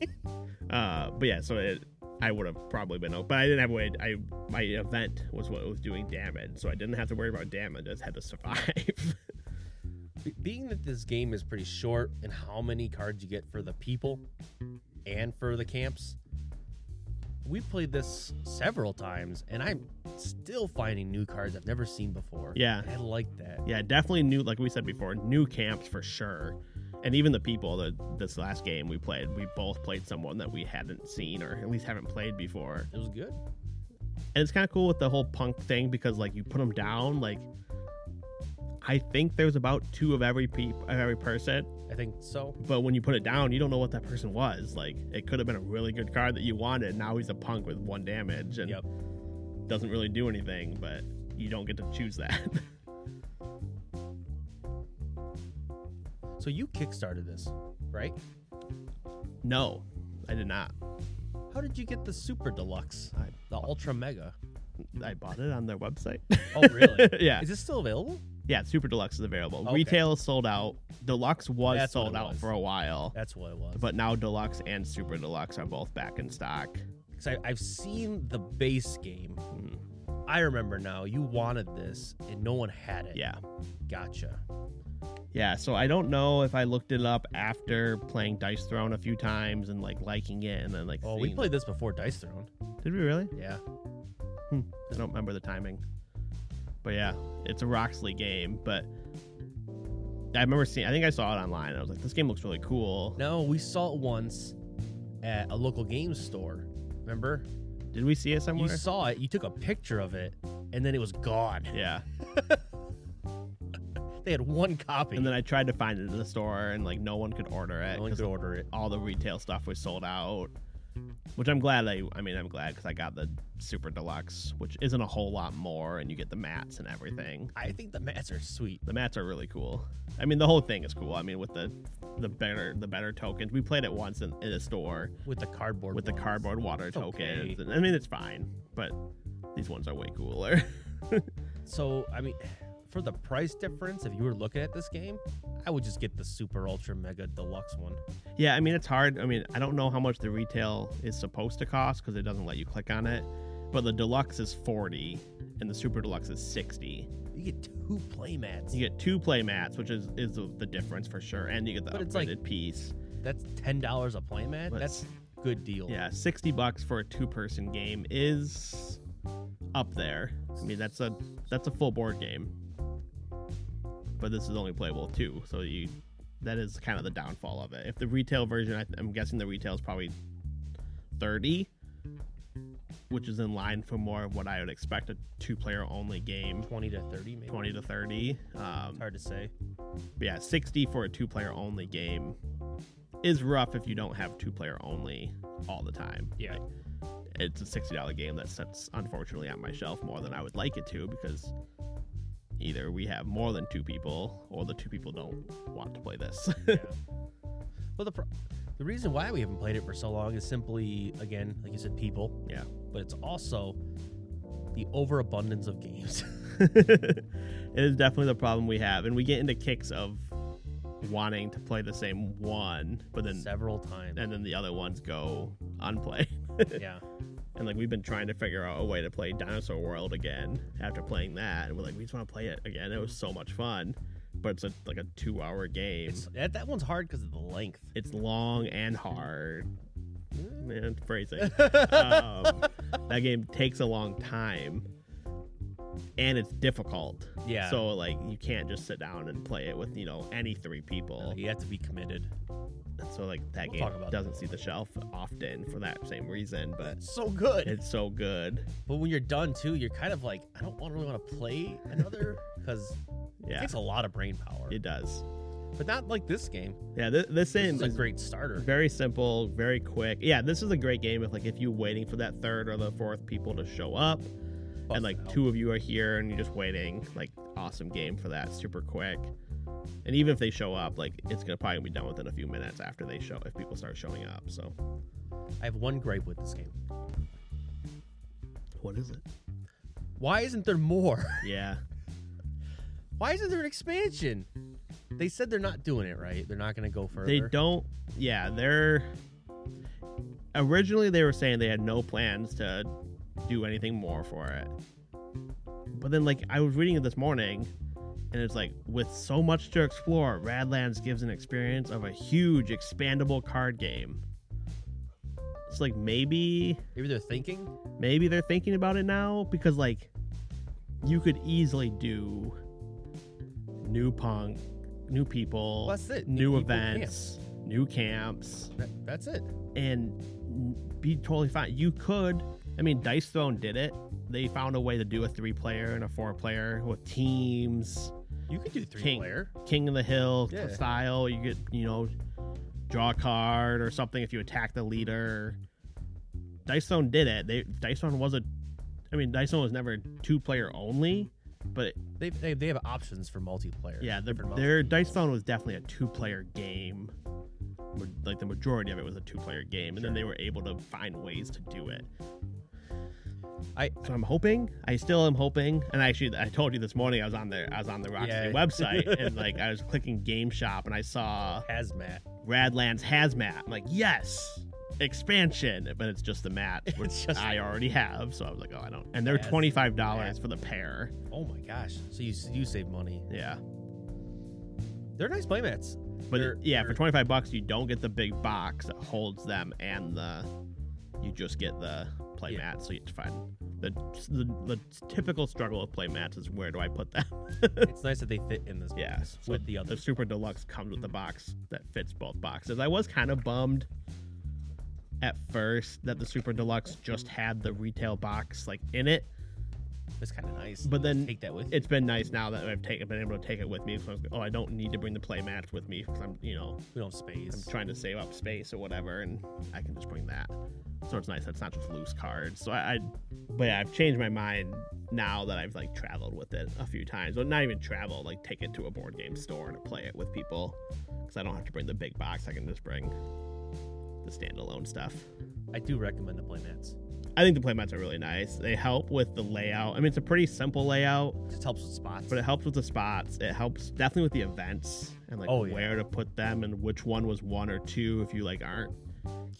Speaker 1: Uh, but yeah, so it, I would have probably been. But I didn't have a way. I my event was what was doing damage, so I didn't have to worry about damage. I just had to survive.
Speaker 3: Be- Being that this game is pretty short and how many cards you get for the people and for the camps, we played this several times and I'm still finding new cards I've never seen before.
Speaker 1: Yeah.
Speaker 3: And I like that.
Speaker 1: yeah, definitely new. Like we said before, new camps for sure. And even the people that this last game we played, we both played someone that we hadn't seen or at least haven't played before.
Speaker 3: It was good.
Speaker 1: and it's kind of cool with the whole punk thing because like you put them down like i think there's about two of every peop of every person
Speaker 3: I think so.
Speaker 1: but when you put it down you don't know what that person was like it could have been a really good card that you wanted now he's a punk with one damage and
Speaker 3: Yep.
Speaker 1: doesn't really do anything but you don't get to choose that
Speaker 3: So you kickstarted this, right?
Speaker 1: no i did not
Speaker 3: How did you get the super deluxe,
Speaker 1: I-
Speaker 3: the ultra mega?
Speaker 1: i bought it on their website
Speaker 3: Oh, really?
Speaker 1: yeah
Speaker 3: Is this still available?
Speaker 1: yeah super deluxe is available
Speaker 3: Okay.
Speaker 1: retail is sold out deluxe was
Speaker 3: That's what
Speaker 1: sold
Speaker 3: it
Speaker 1: out
Speaker 3: was.
Speaker 1: for a while
Speaker 3: That's what it was.
Speaker 1: but now deluxe and super deluxe are both back in stock
Speaker 3: because I've seen the base game.
Speaker 1: Mhm.
Speaker 3: I remember now. You wanted this, and no one had it.
Speaker 1: yeah
Speaker 3: Gotcha.
Speaker 1: Yeah, so I don't know if I looked it up after playing Dice Throne a few times and like liking it and then like.
Speaker 3: Oh, we
Speaker 1: seeing-
Speaker 3: played this before Dice Throne.
Speaker 1: Did we really?
Speaker 3: Yeah.
Speaker 1: I don't remember the timing. But yeah, it's a Roxley game, but I remember seeing. I think I saw it online. And I was like, this game looks really cool.
Speaker 3: No, we saw it once at a local game store. Remember?
Speaker 1: Did we see it somewhere?
Speaker 3: You saw it. You took a picture of it, and then it was gone.
Speaker 1: yeah,
Speaker 3: They had one copy.
Speaker 1: and then I tried to find it in the store, and like no one could order it.
Speaker 3: no one
Speaker 1: 'cause
Speaker 3: could order it.
Speaker 1: all the retail stuff was sold out. Which I'm glad I. I mean, I'm glad because I got the super deluxe, which isn't a whole lot more, and you get the mats and everything.
Speaker 3: I think the mats are sweet.
Speaker 1: The mats are really cool. I mean, the whole thing is cool. I mean, with the the better the better tokens. We played it once in, in a store
Speaker 3: with the cardboard.
Speaker 1: with the
Speaker 3: ones.
Speaker 1: cardboard water
Speaker 3: It's okay.
Speaker 1: tokens. And, I mean, it's fine, but these ones are way cooler.
Speaker 3: So I mean, for the price difference, if you were looking at this game, I would just get the super ultra mega deluxe one.
Speaker 1: yeah, I mean, it's hard. I mean, I don't know how much the retail is supposed to cost because it doesn't let you click on it. But the deluxe is forty, and the super deluxe is sixty.
Speaker 3: You get two playmats.
Speaker 1: You get two play mats, which is is the the difference for sure, and you get the
Speaker 3: But
Speaker 1: upgraded
Speaker 3: it's like-
Speaker 1: piece.
Speaker 3: That's ten dollars a playmat.
Speaker 1: But-
Speaker 3: That's good deal.
Speaker 1: Yeah, sixty bucks for a two-person game is up there. I mean, that's a that's a full board game, but this is only playable two, so you that is kind of the downfall of it. If the retail version, I, I'm guessing the retail is probably thirty, which is in line for more of what I would expect a two-player only game,
Speaker 3: twenty to thirty, maybe.
Speaker 1: twenty to thirty.
Speaker 3: It's
Speaker 1: Um,
Speaker 3: hard to say.
Speaker 1: but yeah, 60 for a two player only game is rough if you don't have two player only all the time.
Speaker 3: Yeah.
Speaker 1: It's a $60 game that sits unfortunately on my shelf more than I would like it to because either we have more than two people or the two people don't want to play this.
Speaker 3: yeah. But the pro- The reason why we haven't played it for so long is simply, again, like you said, people.
Speaker 1: Yeah.
Speaker 3: But it's also the overabundance of games.
Speaker 1: it is definitely the problem we have, and we get into kicks of wanting to play the same one, but then
Speaker 3: several times.
Speaker 1: and then the other ones go unplayed.
Speaker 3: yeah.
Speaker 1: And like we've been trying to figure out a way to play Dinosaur World again after playing that, and we're like, we just want to play it again. It was so much fun, but it's a, like a two-hour game.
Speaker 3: It's that, that one's hard because of the length.
Speaker 1: it's long and hard. Man, phrasing. um, that game takes a long time, and it's difficult.
Speaker 3: Yeah.
Speaker 1: So like, you can't just sit down and play it with you know any three people.
Speaker 3: You have to be committed.
Speaker 1: So like, that
Speaker 3: We'll
Speaker 1: game
Speaker 3: talk about
Speaker 1: doesn't see the shelf often for that same reason. But
Speaker 3: So good.
Speaker 1: it's so good.
Speaker 3: but when you're done too, you're kind of like, I don't want really want to play another because it
Speaker 1: Yeah,
Speaker 3: takes a lot of brain power.
Speaker 1: it does.
Speaker 3: but not like this game.
Speaker 1: Yeah, th- this
Speaker 3: This
Speaker 1: game
Speaker 3: is a
Speaker 1: is
Speaker 3: great starter.
Speaker 1: very simple, very quick. Yeah, this is a great game if like if you're waiting for that third or the fourth people to show up.
Speaker 3: Bust
Speaker 1: and like
Speaker 3: it out.
Speaker 1: two of you are here and you're just waiting like awesome game for that super quick and even if they show up like it's gonna probably be done within a few minutes after they show if people start showing up so
Speaker 3: I have one gripe with this game.
Speaker 1: what is it
Speaker 3: Why isn't there more?
Speaker 1: yeah
Speaker 3: Why isn't there an expansion? They said they're not doing it right. They're not going to go further.
Speaker 1: they don't yeah they're originally they were saying they had no plans to do anything more for it but then like i was reading it this morning and it's like with so much to explore radlands gives an experience of a huge expandable card game it's like maybe
Speaker 3: Maybe they're thinking.
Speaker 1: maybe they're thinking about it now because like you could easily do new punk new people
Speaker 3: That's it.
Speaker 1: new,
Speaker 3: people
Speaker 1: events new camps
Speaker 3: camp. That- that's it.
Speaker 1: and be totally fine you could i mean dice throne did it they found a way to do a three player and a four player with teams
Speaker 3: You could do three
Speaker 1: King.
Speaker 3: player.
Speaker 1: king of the hill
Speaker 3: Yeah.
Speaker 1: style you get you know draw a card or something if you attack the leader dice throne did it they dice throne was a i mean dice throne was never two player only but
Speaker 3: They, they, they have options for multiplayer.
Speaker 1: yeah their,
Speaker 3: Different
Speaker 1: their dice throne was definitely a two player game Ma- like the majority of it was a two player game and then
Speaker 3: Sure.
Speaker 1: they were able to find ways to do it
Speaker 3: I-
Speaker 1: so i'm hoping i still am hoping and actually i told you this morning i was on their i was on the rockstar
Speaker 3: Yeah.
Speaker 1: website and like i was clicking game shop and i saw
Speaker 3: hazmat.
Speaker 1: Radlands Hazmat. I'm like, yes, expansion, but it's just the mat, which
Speaker 3: It's just.
Speaker 1: I already have. So I was like, oh, I don't. And they're
Speaker 3: Yes.
Speaker 1: twenty five dollars for the pair.
Speaker 3: oh my gosh. So you you save money.
Speaker 1: Yeah,
Speaker 3: They're nice playmats.
Speaker 1: but
Speaker 3: They're-
Speaker 1: yeah, for
Speaker 3: they're-
Speaker 1: twenty five bucks, you don't get the big box that holds them and the. You just get the play
Speaker 3: Yeah.
Speaker 1: mat, so you have to find the, the the typical struggle of play mats is where do I put them?
Speaker 3: it's nice that they fit in this.
Speaker 1: Yeah,
Speaker 3: box
Speaker 1: so
Speaker 3: with the
Speaker 1: The
Speaker 3: others.
Speaker 1: super deluxe comes with the box that fits both boxes. I was kind of bummed at first that the super deluxe just had the retail box like in it.
Speaker 3: It's kind of nice.
Speaker 1: But then
Speaker 3: take that with. you.
Speaker 1: It's been nice now that I've taken been able to take it with me. So I was like, oh, I don't need to bring the play mats with me because I'm you know
Speaker 3: we don't have space.
Speaker 1: I'm trying to save up space or whatever, and I can just bring that. So it's nice. that It's not just loose cards. So I, I but yeah, I've changed my mind now that I've like traveled with it a few times. Well, not even travel, like take it to a board game store to play it with people, because I don't have to bring the big box. I can just bring the standalone stuff.
Speaker 3: I do recommend the playmats.
Speaker 1: I think the play mats are really nice. They help with the layout. I mean, it's a pretty simple layout.
Speaker 3: It just helps with spots.
Speaker 1: But it helps with the spots. It helps definitely with the events and like
Speaker 3: Oh, yeah.
Speaker 1: where to put them and which one was one or two if you like aren't.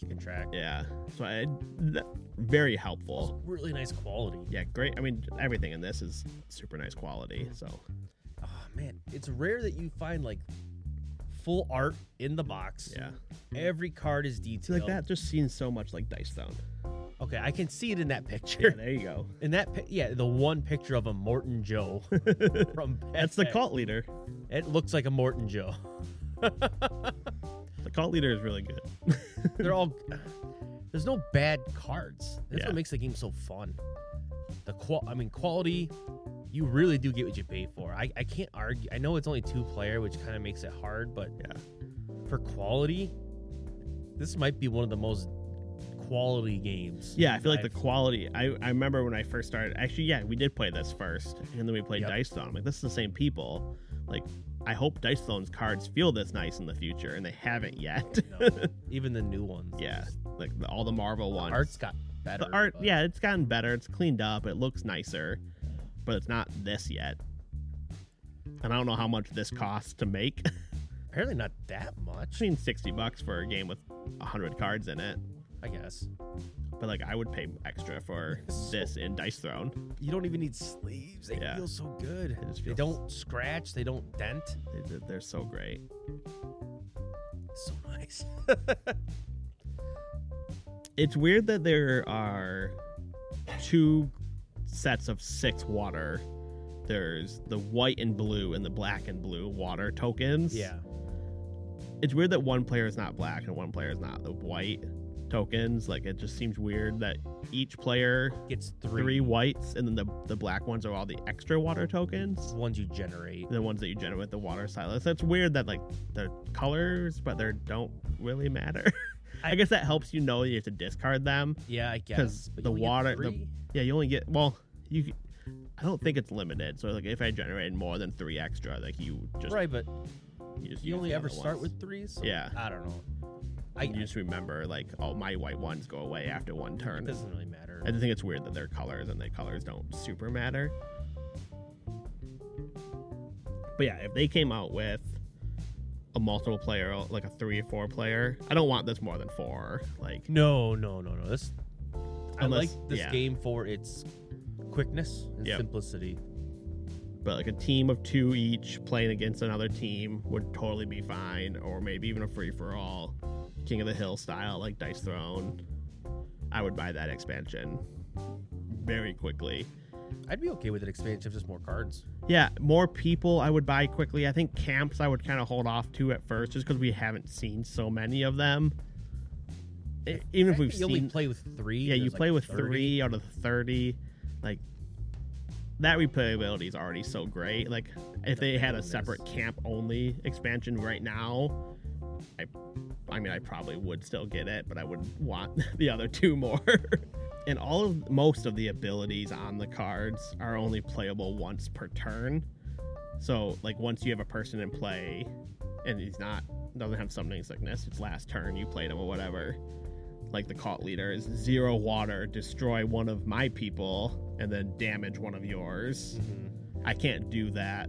Speaker 3: keeping track.
Speaker 1: Yeah. So I th- very
Speaker 3: It's
Speaker 1: helpful.
Speaker 3: really nice quality.
Speaker 1: Yeah, great. I mean, everything in this is super nice quality. So
Speaker 3: Oh man, it's rare that you find like full art in the box.
Speaker 1: yeah, Mm-hmm.
Speaker 3: Every card is
Speaker 1: see,
Speaker 3: detailed.
Speaker 1: like that just seems so much like Dice Stone.
Speaker 3: Okay, I can see it in that
Speaker 1: Yeah,
Speaker 3: picture.
Speaker 1: there you go.
Speaker 3: In that, pi- yeah, the one picture of a Morton Joe from
Speaker 1: That's the
Speaker 3: Batman.
Speaker 1: cult leader.
Speaker 3: It looks like a Morton Joe.
Speaker 1: The cult leader is really good.
Speaker 3: They're all. There's no bad cards. That's
Speaker 1: Yeah.
Speaker 3: what makes the game so fun. The qual, I mean, quality. You really do get what you pay for. I, I can't argue. I know it's only two player, which kind of makes it hard, but
Speaker 1: Yeah.
Speaker 3: for quality, this might be one of the most quality games.
Speaker 1: Yeah, I feel like the
Speaker 3: I've-
Speaker 1: quality. I, I remember when I first started. Actually, yeah, we did play this first, and then we played
Speaker 3: Yep.
Speaker 1: Dice Stone. I'm like, this is the same people. Like, I hope Dice Throne's cards feel this nice in the future, and they haven't yet.
Speaker 3: Even the new ones.
Speaker 1: yeah, like the, all the Marvel ones.
Speaker 2: Art's got better.
Speaker 1: the art,
Speaker 2: but-
Speaker 1: yeah, it's gotten better. It's cleaned up. It looks nicer, but it's not this yet. And I don't know how much this costs to make.
Speaker 3: Apparently not that much.
Speaker 1: I mean, sixty bucks for a game with hundred cards in it.
Speaker 3: I guess.
Speaker 1: But like, I would pay extra for this in Dice Throne.
Speaker 3: You don't even need sleeves. They
Speaker 1: Yeah.
Speaker 3: feel so good.
Speaker 1: just
Speaker 3: They
Speaker 1: feels-
Speaker 3: don't scratch. They don't dent.
Speaker 1: They- They're, they're so great.
Speaker 3: So nice.
Speaker 1: It's weird that there are two sets of six water. There's the white and blue and the black and blue water tokens.
Speaker 3: Yeah.
Speaker 1: it's weird that one player is not black and one player is not the white tokens. Like it just seems weird that each player
Speaker 3: Gets
Speaker 1: three,
Speaker 3: three,
Speaker 1: whites and then the the black ones are all the extra water tokens.
Speaker 3: ones you generate.
Speaker 1: The ones that you generate with the water silos. That's weird that like they're colors, but they don't really matter. I guess that helps you know you have to discard them.
Speaker 3: Yeah, I guess.
Speaker 1: 'Cause
Speaker 3: But
Speaker 1: the
Speaker 3: you only
Speaker 1: water-
Speaker 3: get
Speaker 1: the-
Speaker 3: three?
Speaker 1: Yeah, you only get well, you. c- I don't think it's limited. So like if I generated more than three extra, like you just
Speaker 3: right, but
Speaker 1: you, just
Speaker 3: you
Speaker 1: use
Speaker 3: only
Speaker 1: the
Speaker 3: ever
Speaker 1: other
Speaker 3: start
Speaker 1: ones.
Speaker 3: with three. So
Speaker 1: Yeah.
Speaker 3: I don't know. I,
Speaker 1: you just remember like oh my white ones go away after one
Speaker 3: it
Speaker 1: turn.
Speaker 3: doesn't really matter.
Speaker 1: I just think it's weird that they're colors and the colors don't super matter. But yeah, if they came out with a multiple player, like a three or four player, I don't want this more than four. Like,
Speaker 3: No, no, no, no. This I
Speaker 1: Unless-
Speaker 3: like this
Speaker 1: yeah.
Speaker 3: game for its quickness and
Speaker 1: Yep.
Speaker 3: simplicity.
Speaker 1: but like a team of two each playing against another team would totally be fine, or maybe even a free for all, King of the Hill style, like Dice Throne. I would buy that expansion very quickly.
Speaker 3: I'd be okay with an expansion of just more cards.
Speaker 1: Yeah, more people I would buy quickly. I think camps I would kind of hold off to at first, just because we haven't seen so many of them. E- Even if
Speaker 3: Actually,
Speaker 1: we've
Speaker 3: you only
Speaker 1: seen,
Speaker 3: play with three.
Speaker 1: yeah, you
Speaker 3: there's, like,
Speaker 1: play with
Speaker 3: 30.
Speaker 1: three out of thirty, like that replayability is already so great. Like if they had a
Speaker 3: bonus.
Speaker 1: separate camp only expansion right now, I, I mean, I probably would still get it, but I would want the other two more. and all of most of the abilities on the cards are only playable once per turn. So like once you have a person in play, and he's not doesn't have summoning sickness, it's last turn you played him or whatever. Like the cult leader is zero water, destroy one of my people, and then damage one of yours.
Speaker 3: Mhm.
Speaker 1: I can't do that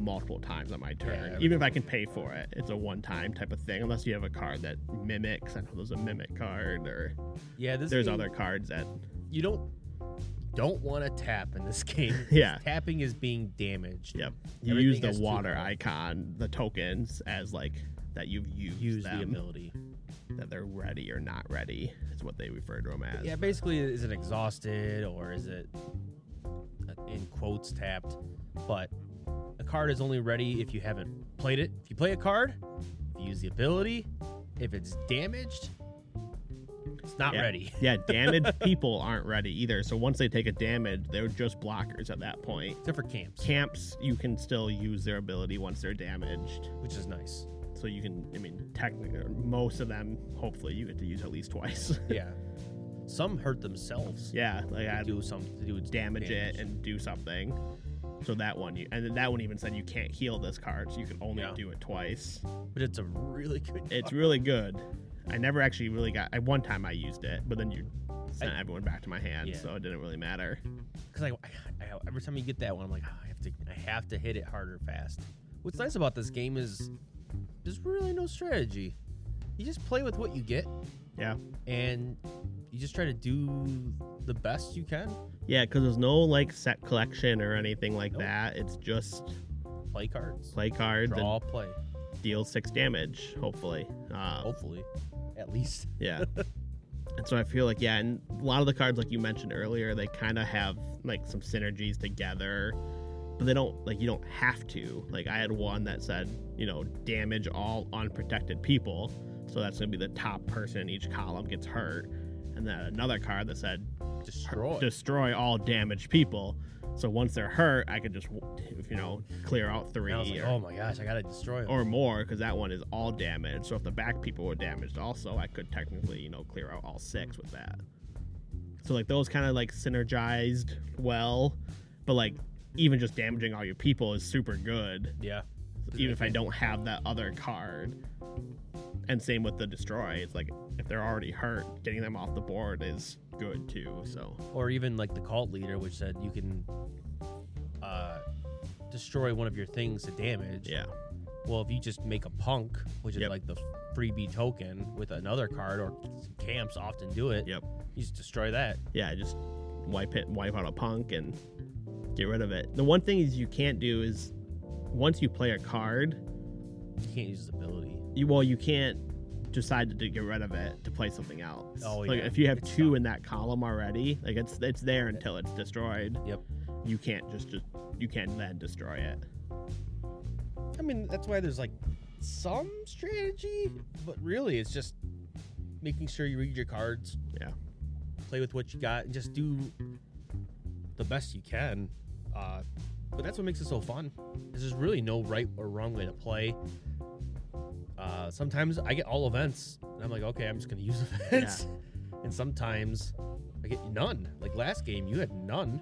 Speaker 1: multiple times on my turn.
Speaker 3: Yeah,
Speaker 1: Even if I can pay for it, it's a one time type of thing, unless you have a card that mimics. I know there's a mimic card, or
Speaker 3: Yeah, this
Speaker 1: there's
Speaker 3: game,
Speaker 1: other cards that.
Speaker 3: You don't don't want to tap in this game.
Speaker 1: Yeah.
Speaker 3: tapping is being damaged.
Speaker 1: Yep. You
Speaker 3: Everything
Speaker 1: use the
Speaker 3: has two
Speaker 1: water
Speaker 3: cards.
Speaker 1: icon, the tokens, as like that you've used
Speaker 3: Use the
Speaker 1: them,
Speaker 3: ability.
Speaker 1: that they're ready or not ready, is what they refer to them as.
Speaker 3: Yeah, basically, is it exhausted or is it uh, in quotes tapped? But a card is only ready if you haven't played it. If you play a card, if you use the ability, if it's damaged, it's not
Speaker 1: Yeah.
Speaker 3: ready.
Speaker 1: yeah, damaged people aren't ready either. So once they take a damage, they're just blockers at that point.
Speaker 3: Except for camps,
Speaker 1: Camps, you can still use their ability once they're damaged.
Speaker 3: which is nice.
Speaker 1: So you can, I mean, technically, or most of them, hopefully, you get to use at least twice.
Speaker 3: Yeah. Some hurt themselves.
Speaker 1: yeah, like
Speaker 3: To
Speaker 1: I
Speaker 3: do something to do with
Speaker 1: damage it and do something. So that one, you, and then that one even said you can't heal this card, so you can only
Speaker 3: Yeah.
Speaker 1: do it twice.
Speaker 3: But it's a really good.
Speaker 1: It's really good. I never actually really got. I one time I used it, but then you sent everyone back to my hand,
Speaker 3: Yeah.
Speaker 1: so it didn't really matter.
Speaker 3: because I, I, I- every time you get that one, I'm like, "Ah, I have to, I have to hit it harder, fast. What's nice about this game is there's really no strategy. You just play with what you get,
Speaker 1: Yeah.
Speaker 3: and you just try to do the best you can.
Speaker 1: Yeah, because there's no like set collection or anything like
Speaker 3: Nope.
Speaker 1: that. It's just
Speaker 3: Play cards,
Speaker 1: play cards
Speaker 3: draw, play.
Speaker 1: and deal six damage, hopefully. Um,
Speaker 3: Hopefully, at least.
Speaker 1: Yeah. and so I feel like yeah, and a lot of the cards like you mentioned earlier, they kind of have like some synergies together, but they don't like you don't have to. Like I had one that said, you know, damage all unprotected people, so that's going to be the top person in each column gets hurt. And then another card that said
Speaker 3: Destroy.
Speaker 1: destroy all damaged people. So once they're hurt, I could just you know, clear out 3
Speaker 3: And I was like,
Speaker 1: or-
Speaker 3: oh my gosh, I gotta destroy them.
Speaker 1: or more because that one is all damaged. So if the back people were damaged, also I could technically you know clear out all six with that. So like those kind of like synergized well, but like even just damaging all your people is super good.
Speaker 3: yeah,
Speaker 1: even if I don't have that other card. And same with the destroy. It's like if they're already hurt, getting them off the board is good too. So
Speaker 3: or even like the cult leader, which said you can uh, destroy one of your things to damage.
Speaker 1: yeah,
Speaker 3: Well, if you just make a punk, which is
Speaker 1: Yep.
Speaker 3: like the freebie token with another card, or camps often do it.
Speaker 1: yep,
Speaker 3: You just destroy that.
Speaker 1: yeah. Just wipe it, wipe out a punk, and get rid of it. The one thing is you can't do is once you play a card,
Speaker 3: You can't use his ability.
Speaker 1: you well you can't decide to get rid of it to play something else.
Speaker 3: Oh,
Speaker 1: like
Speaker 3: yeah.
Speaker 1: if you have
Speaker 3: It's
Speaker 1: two
Speaker 3: tough.
Speaker 1: in that column already, like it's it's there until it's destroyed.
Speaker 3: Yep.
Speaker 1: You can't just, just you can't then destroy it.
Speaker 3: I mean, that's why there's like some strategy, but really it's just making sure you read your cards.
Speaker 1: Yeah.
Speaker 3: Play with what you got and just do the best you can. Uh, but that's what makes it so fun. is There's really no right or wrong way to play. Uh, sometimes I get all events and I'm like, okay, I'm just going to use events. And sometimes I get none. Like last game, you had none.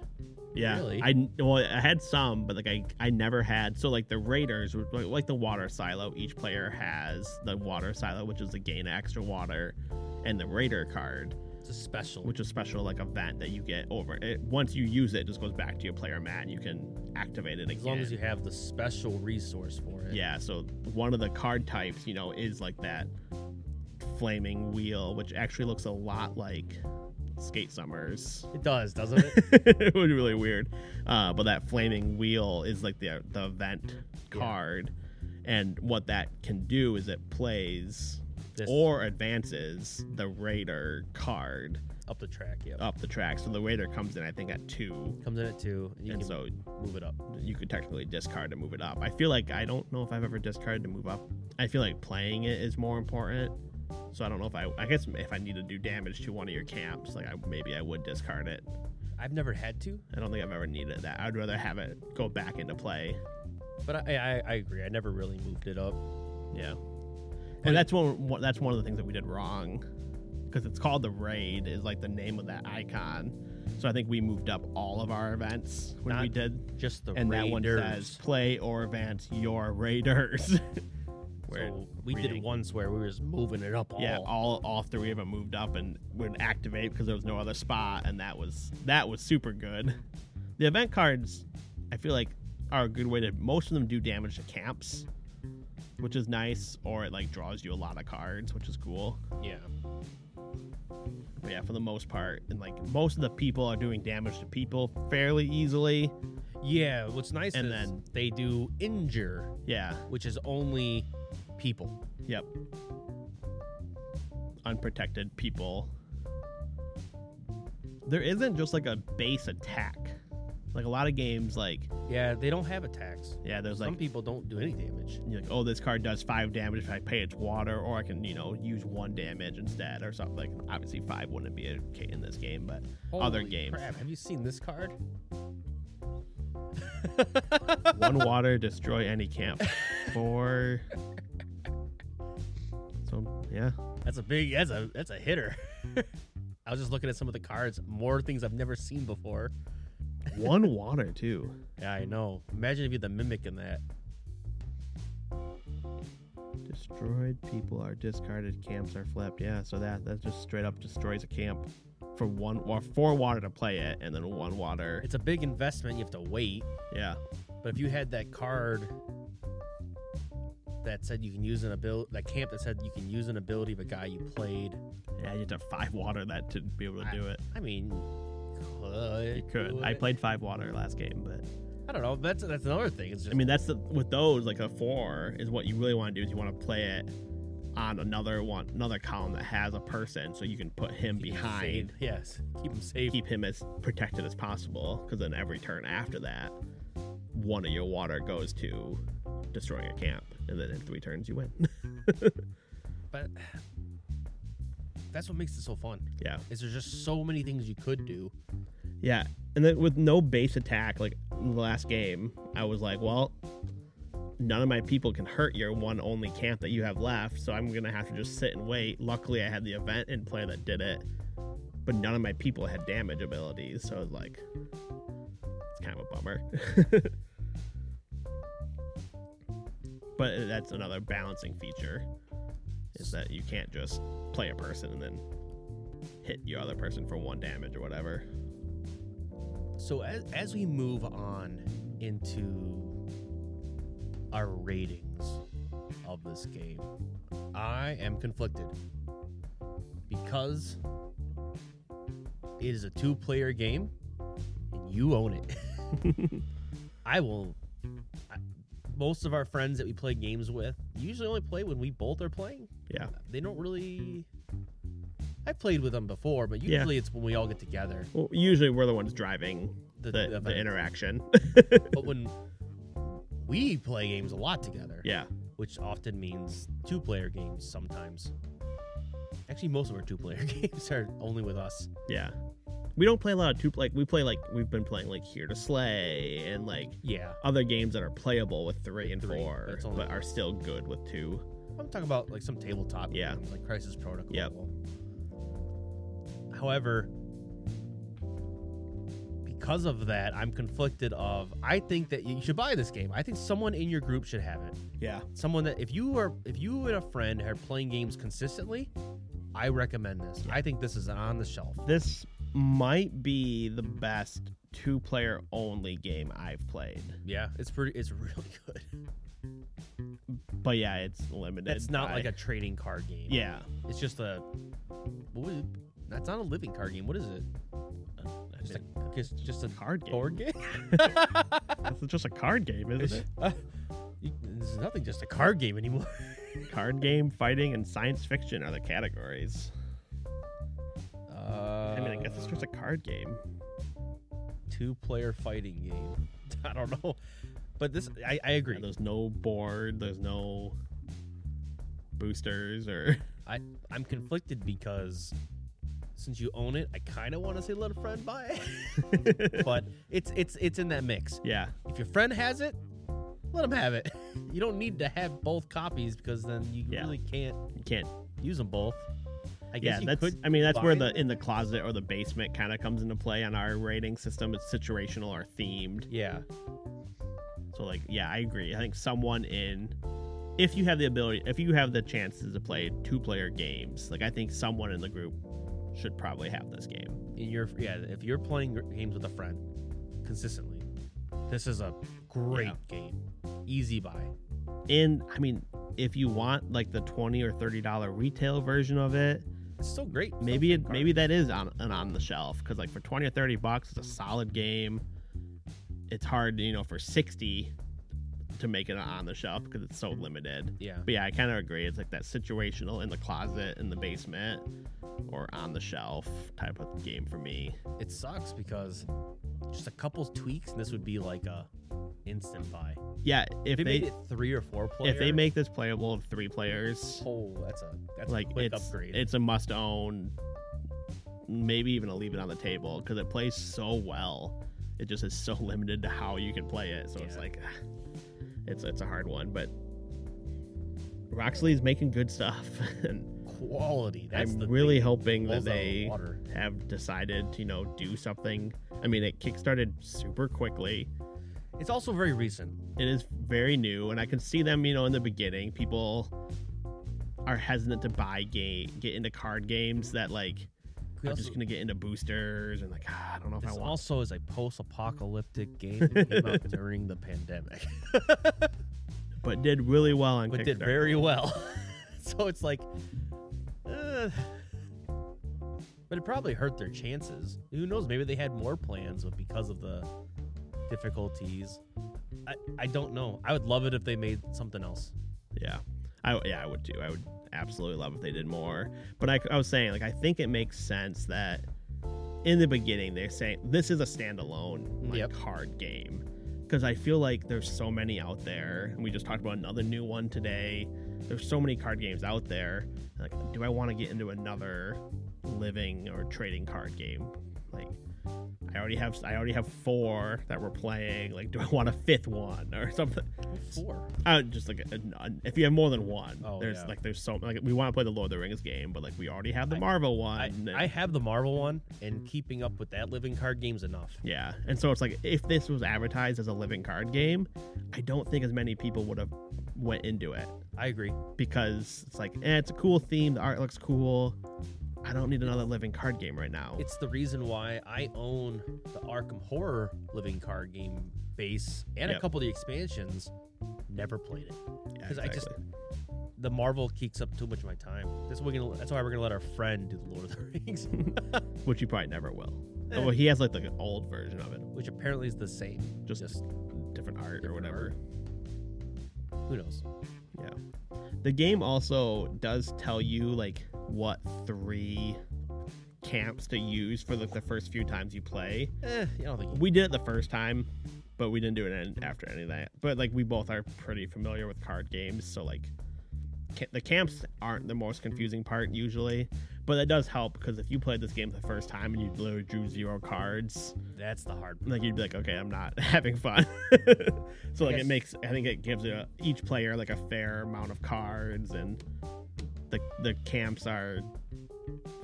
Speaker 1: Yeah,
Speaker 3: Really?
Speaker 1: I well, I had some, but like I, I never had. So like the Raiders, were- like, like the water silo, each player has the water silo, which is to gain extra water, and the Raider card,
Speaker 3: It's a special.
Speaker 1: which is special like event that you get over. It, once you use it, it just goes back to your player mat, and you can activate it again.
Speaker 3: as long as you have the special resource for it.
Speaker 1: yeah, so one of the card types, you know, is like that flaming wheel, which actually looks a lot like Skate Summers.
Speaker 3: It does, doesn't it?
Speaker 1: it was really weird. Uh, but that flaming wheel is like the the event card, and what that can do is it plays
Speaker 3: This-
Speaker 1: or advances the raider card
Speaker 3: up the track. Yeah,
Speaker 1: up the track. So the raider comes in, I think, at two,
Speaker 3: comes in at two, and you
Speaker 1: and
Speaker 3: can
Speaker 1: so
Speaker 3: move it up.
Speaker 1: you could technically discard to move it up. I feel like I don't know if I've ever discarded to move up. I feel like playing it is more important. So I don't know if I. I guess if I need to do damage to one of your camps, like I, maybe I would discard it.
Speaker 3: I've never had to,
Speaker 1: I don't think I've ever needed that. I'd rather have it go back into play.
Speaker 3: but I, I, I agree. I never really moved it up.
Speaker 1: Yeah, and that's one. one- That's one of the things that we did wrong, because it's called the raid is like the name of that icon. So I think we moved up all of our events when we
Speaker 3: Not
Speaker 1: did,
Speaker 3: Just the
Speaker 1: and that one
Speaker 3: Raiders.
Speaker 1: says play or advance your raiders. Where
Speaker 3: so we did
Speaker 1: reading.
Speaker 3: once where we were just moving it up all.
Speaker 1: yeah, all all three of them moved up and would activate because there was no other spot, and that was that was super good. The event cards, I feel like, are a good way to. Most of them do damage to camps, which is nice, or it like draws you a lot of cards, which is cool.
Speaker 3: yeah.
Speaker 1: But yeah, for the most part, and like most of the people are doing damage to people fairly easily.
Speaker 3: Yeah. What's nice
Speaker 1: And
Speaker 3: is
Speaker 1: then-
Speaker 3: they do injure,
Speaker 1: Yeah,
Speaker 3: which is only people.
Speaker 1: yep. Unprotected people. There isn't just like a base attack. Like a lot of games, like
Speaker 3: Yeah, they don't have attacks.
Speaker 1: yeah, there's
Speaker 3: Some
Speaker 1: like
Speaker 3: people don't do any damage.
Speaker 1: you're like, oh, this card does five damage if I pay its water, or I can, you know, use one damage instead or something. Like, obviously, five wouldn't be okay in this game, but other
Speaker 3: Holy
Speaker 1: games.
Speaker 3: crap, have you seen this card?
Speaker 1: one water, destroy any camp. Four. So, yeah.
Speaker 3: That's a big. That's a that's a hitter. I was just looking at some of the cards. More things I've never seen before.
Speaker 1: One water, too.
Speaker 3: Yeah, I know. Imagine if you're the mimic in that.
Speaker 1: Destroyed people are discarded, camps are flipped. Yeah, so that that just straight up destroys a camp for one or four water to play it, and then one water.
Speaker 3: It's a big investment. You have to wait.
Speaker 1: Yeah,
Speaker 3: But if you had that card that said you can use an ability, that camp that said you can use an ability of a guy you played.
Speaker 1: yeah, you have to five water that to be able to do it.
Speaker 3: I mean, could
Speaker 1: You could.
Speaker 3: do
Speaker 1: I
Speaker 3: it.
Speaker 1: played five water last game, but
Speaker 3: I don't know. That's that's another thing. It's just
Speaker 1: I mean, that's the, with those like a four is what you really want to do is you want to play it on another one, another column that has a person, so you can put him
Speaker 3: keep 'em
Speaker 1: behind,
Speaker 3: safe. Yes, keep him safe.
Speaker 1: keep him as protected as possible, because then every turn after that, one of your water goes to destroying a camp, and then in three turns you win.
Speaker 3: but that's what makes it so fun.
Speaker 1: yeah,
Speaker 3: Is there's just so many things you could do.
Speaker 1: yeah, and then with no base attack, like in the last game, I was like, well. None of my people can hurt your one only camp that you have left, so I'm gonna have to just sit and wait. Luckily, I had the event in play that did it, but none of my people had damage abilities, so it's like it's kind of a bummer. but that's another balancing feature is that you can't just play a person and then hit your other person for one damage or whatever.
Speaker 3: So as as we move on into our ratings of this game, I am conflicted because it is a two-player game and you own it. I will I, most of our friends that we play games with usually only play when we both are playing.
Speaker 1: Yeah.
Speaker 3: They don't really I played with them before, but
Speaker 1: Yeah.
Speaker 3: usually it's when we all get together.
Speaker 1: Well, usually we're the ones driving
Speaker 3: The,
Speaker 1: the,
Speaker 3: the
Speaker 1: the,
Speaker 3: event.
Speaker 1: interaction.
Speaker 3: but when we play games a lot together,
Speaker 1: yeah.
Speaker 3: which often means two player games sometimes. Actually, most of our two player games are only with us.
Speaker 1: Yeah. We don't play a lot of two like we play like we've been playing like Here to Slay and like
Speaker 3: Yeah.
Speaker 1: other games that are playable with three and
Speaker 3: Three,
Speaker 1: four,
Speaker 3: that's only-
Speaker 1: but are still good with two.
Speaker 3: I'm talking about like some tabletop
Speaker 1: Yeah.
Speaker 3: games like Crisis Protocol.
Speaker 1: Yep.
Speaker 3: However, because of that, I'm conflicted of I think that you should buy this game. I think someone in your group should have it.
Speaker 1: Yeah.
Speaker 3: someone that if you are if you and a friend are playing games consistently i recommend this i think this is on the shelf
Speaker 1: This might be the best two player only game I've played.
Speaker 3: yeah it's pretty it's really good
Speaker 1: But yeah, it's limited.
Speaker 3: it's not
Speaker 1: by-
Speaker 3: like a trading card game
Speaker 1: Yeah.
Speaker 3: it's just a what was it? that's not a living card game what is it just a just, just a
Speaker 1: Card game.
Speaker 3: board game
Speaker 1: That's just a card game, isn't
Speaker 3: You- there's nothing just a card game anymore
Speaker 1: it? card game, fighting, and science fiction are the categories.
Speaker 3: uh,
Speaker 1: I mean, I guess it's just a card game.
Speaker 3: two player fighting game i don't know but this i, I agree
Speaker 1: There's no board. There's no boosters or
Speaker 3: I I'm conflicted because since you own it, I kind of want to say let a friend buy it, but it's it's it's in that mix.
Speaker 1: yeah.
Speaker 3: If your friend has it, let him have it. You don't need to have both copies because then you
Speaker 1: Yeah.
Speaker 3: really can't
Speaker 1: You can't
Speaker 3: use them both. I guess
Speaker 1: Yeah,
Speaker 3: you
Speaker 1: that's.
Speaker 3: could.
Speaker 1: I mean, that's where
Speaker 3: buy-
Speaker 1: the in the closet or the basement kind of comes into play on our rating system. It's situational or themed.
Speaker 3: Yeah,
Speaker 1: So, like, yeah, I agree. I think someone in, if you have the ability, if you have the chances to play two player games, like I think someone in the group should probably have this game.
Speaker 3: in your yeah, if you're playing gr- games with a friend consistently, this is a great
Speaker 1: Yeah.
Speaker 3: game, easy buy.
Speaker 1: And I mean, if you want like the twenty or thirty dollar retail version of it,
Speaker 3: It's still great. Still
Speaker 1: maybe
Speaker 3: good
Speaker 1: it,
Speaker 3: card.
Speaker 1: maybe that is on an on the shelf because like for 20 or 30 bucks it's a solid game it's hard you know for 60 to make it on the shelf because it's so limited
Speaker 3: yeah.
Speaker 1: but yeah i kind of agree it's like that situational in the closet in the basement or on the shelf type of game for me
Speaker 3: it sucks because just a couple tweaks and this would be like a instant buy.
Speaker 1: yeah if
Speaker 3: If they
Speaker 1: they,
Speaker 3: made it three or four players,
Speaker 1: if they make this playable of three players
Speaker 3: oh, that's a that's
Speaker 1: like
Speaker 3: a quick
Speaker 1: it's
Speaker 3: upgrade.
Speaker 1: it's a must own maybe even a leave it on the table because it plays so well it just is so limited to how you can play it so it's
Speaker 3: Yeah.
Speaker 1: like ah, it's it's a hard one but Roxley's making good stuff and
Speaker 3: quality. That's
Speaker 1: I'm
Speaker 3: the
Speaker 1: really
Speaker 3: thing.
Speaker 1: hoping
Speaker 3: Blows out
Speaker 1: that
Speaker 3: of the
Speaker 1: they
Speaker 3: water.
Speaker 1: have decided to you know do something I mean it kickstarted super quickly
Speaker 3: It's also very recent.
Speaker 1: it is very new and i can see them you know in the beginning people are hesitant to buy game get into card games that like
Speaker 3: We
Speaker 1: i'm
Speaker 3: also-
Speaker 1: just gonna get into boosters and like ah, i don't know if
Speaker 3: this
Speaker 1: i want
Speaker 3: also is a post-apocalyptic game that came out during the pandemic,
Speaker 1: but did really well on
Speaker 3: but did
Speaker 1: Kickstarter.
Speaker 3: very well. so it's like, uh, but it probably hurt their chances. Who knows? Maybe they had more plans, but because of the difficulties, I, I don't know. I would love it if they made something else.
Speaker 1: yeah i yeah i would too i would absolutely love if they did more but I, I was saying like i think it makes sense that in the beginning they're saying this is a standalone like
Speaker 3: Yep.
Speaker 1: card game because i feel like there's so many out there and we just talked about another new one today there's so many card games out there like do i want to get into another living or trading card game like i already have i already have four that we're playing like do i want a fifth one or something
Speaker 3: Four.
Speaker 1: I would Uh, just like a, a- if you have more than one,
Speaker 3: Oh,
Speaker 1: there's
Speaker 3: yeah.
Speaker 1: like there's so like we want to play the Lord of the Rings game, but like we already have the
Speaker 3: I-
Speaker 1: Marvel one.
Speaker 3: I,
Speaker 1: and-
Speaker 3: I have the Marvel one, and keeping up with that living card game's enough.
Speaker 1: yeah, and so it's like if this was advertised as a living card game, I don't think as many people would have went into it
Speaker 3: I agree.
Speaker 1: because it's like, eh, it's a cool theme. The art looks cool. I don't need another living card game right now.
Speaker 3: It's the reason why I own the Arkham Horror living card game base and a
Speaker 1: Yep.
Speaker 3: couple of the expansions. Never played it.
Speaker 1: Yeah,
Speaker 3: 'cause I just-
Speaker 1: exactly.
Speaker 3: The Marvel keeks up too much of my time. That's why we're gonna. That's why we're gonna let our friend do the Lord of the Rings,
Speaker 1: which you probably never will.
Speaker 3: Eh.
Speaker 1: Well, he has like the old version of it,
Speaker 3: which apparently is the same.
Speaker 1: just,
Speaker 3: Just
Speaker 1: different art or
Speaker 3: different
Speaker 1: whatever.
Speaker 3: who knows?
Speaker 1: The game also does tell you like what three camps to use for like the first few times you play.
Speaker 3: Eh, I don't think.
Speaker 1: We did it the first time, but we didn't do it an- after any of that. But like we both are pretty familiar with card games, so like ca- the camps aren't the most confusing part usually. But it does help because if you played this game the first time and you literally drew zero cards,
Speaker 3: That's the hard.
Speaker 1: like you'd be like, okay, I'm not having fun. so like
Speaker 3: Yes.
Speaker 1: it makes I think it gives a, each player like a fair amount of cards, and the the camps are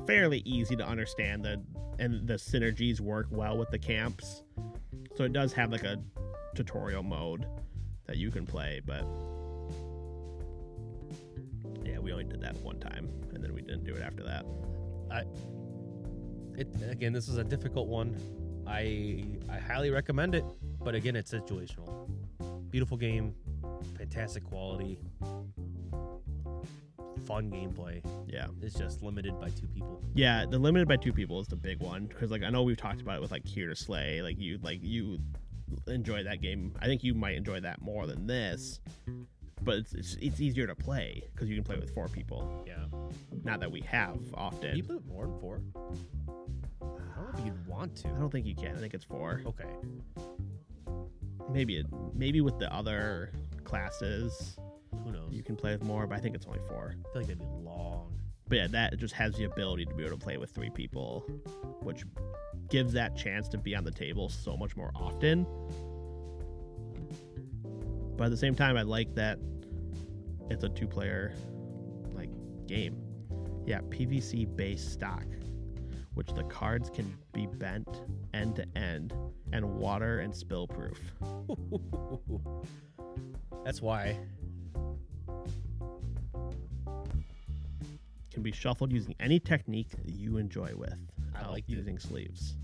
Speaker 1: fairly easy to understand. The and the synergies work well with the camps, so it does have like a tutorial mode that you can play, but. Yeah, we only did that one time, and then we didn't do it after that.
Speaker 3: It, again, this is a difficult one. I I highly recommend it, but again, it's situational. Beautiful game, fantastic quality, fun gameplay.
Speaker 1: Yeah.
Speaker 3: It's just limited by two people.
Speaker 1: Yeah, the limited by two people is the big one because like I know we've talked about it with like Here to Slay, like you like you enjoy that game. I think you might enjoy that more than this, but it's it's, it's easier to play because you can play with four people.
Speaker 3: Yeah.
Speaker 1: Not that we have
Speaker 3: Can you
Speaker 1: often.
Speaker 3: play with more than four? I don't know if you'd want
Speaker 1: I
Speaker 3: to.
Speaker 1: don't think you can. I think it's four.
Speaker 3: Okay.
Speaker 1: Maybe it maybe with the other classes
Speaker 3: Who knows?
Speaker 1: you can play with more, but I think it's only four.
Speaker 3: I feel like that'd be long.
Speaker 1: But yeah, that just has the ability to be able to play with three people, which gives that chance to be on the table so much more often. But at the same time, I like that it's a two-player like game. Yeah, PVC-based stock, which the cards can be bent end to end and water and spill proof.
Speaker 3: That's why.
Speaker 1: Can be shuffled using any technique that you enjoy with.
Speaker 3: I
Speaker 1: without
Speaker 3: like it.
Speaker 1: using sleeves.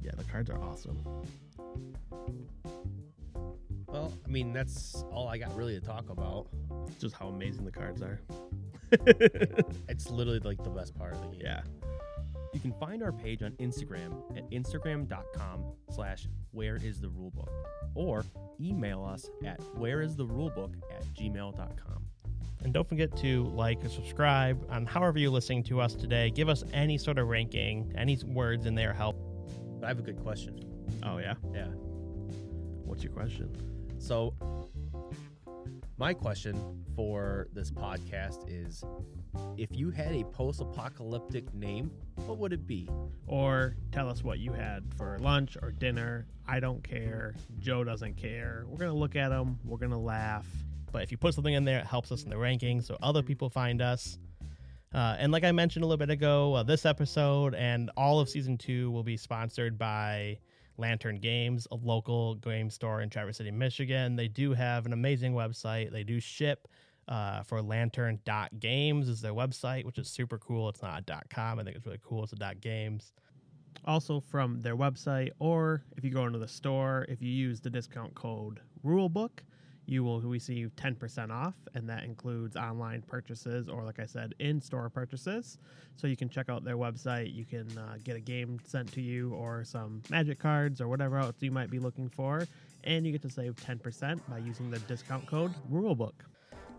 Speaker 1: Yeah, the cards are awesome.
Speaker 3: Well, I mean, that's all I got really to talk about.
Speaker 1: It's just how amazing the cards are.
Speaker 3: It's literally like the best part of the game.
Speaker 1: Yeah.
Speaker 3: You can find our page on Instagram at instagram.com slash where is the rulebook or email us at where is the rulebook at gmail.com.
Speaker 1: And don't forget to like and subscribe on however you're listening to us today. Give us any sort of ranking, any words in there help.
Speaker 3: I have a good question.
Speaker 1: Oh yeah.
Speaker 3: Yeah.
Speaker 1: What's your question?
Speaker 3: So, my question for this podcast is if you had a post apocalyptic name, what would it be?
Speaker 1: Or tell us what you had for lunch or dinner. I don't care. Joe doesn't care. We're gonna look at them. We're gonna laugh. Mm-hmm. But if you put something in there, it helps us in the rankings so other people find us. Uh, and like I mentioned a little bit ago, uh, this episode and all of season two will be sponsored by Lantern Games, a local game store in Traverse City, Michigan. They do have an amazing website. They do ship uh, for lantern.games is their website, which is super cool. It's not a .com. I think it's really cool. It's a .games. Also from their website, or if you go into the store, if you use the discount code RULEBOOK, you will receive 10% off, and that includes online purchases or, like I said, in store purchases. So you can check out their website. You can uh, get a game sent to you or some magic cards or whatever else you might be looking for. And you get to save 10% by using the discount code RULEBOOK.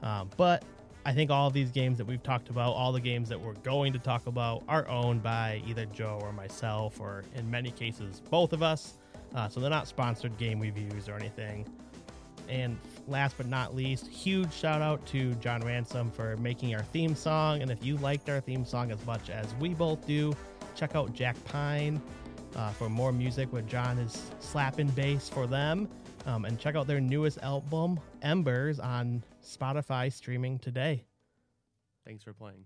Speaker 1: Um, but I think all of these games that we've talked about, all the games that we're going to talk about, are owned by either Joe or myself, or in many cases, both of us. Uh, so they're not sponsored game reviews or anything. And last but not least, huge shout out to John Ransom for making our theme song. And if you liked our theme song as much as we both do, check out Jack Pine uh, for more music where John is slapping bass for them. Um, and check out their newest album, Embers, on Spotify streaming today.
Speaker 3: Thanks for playing.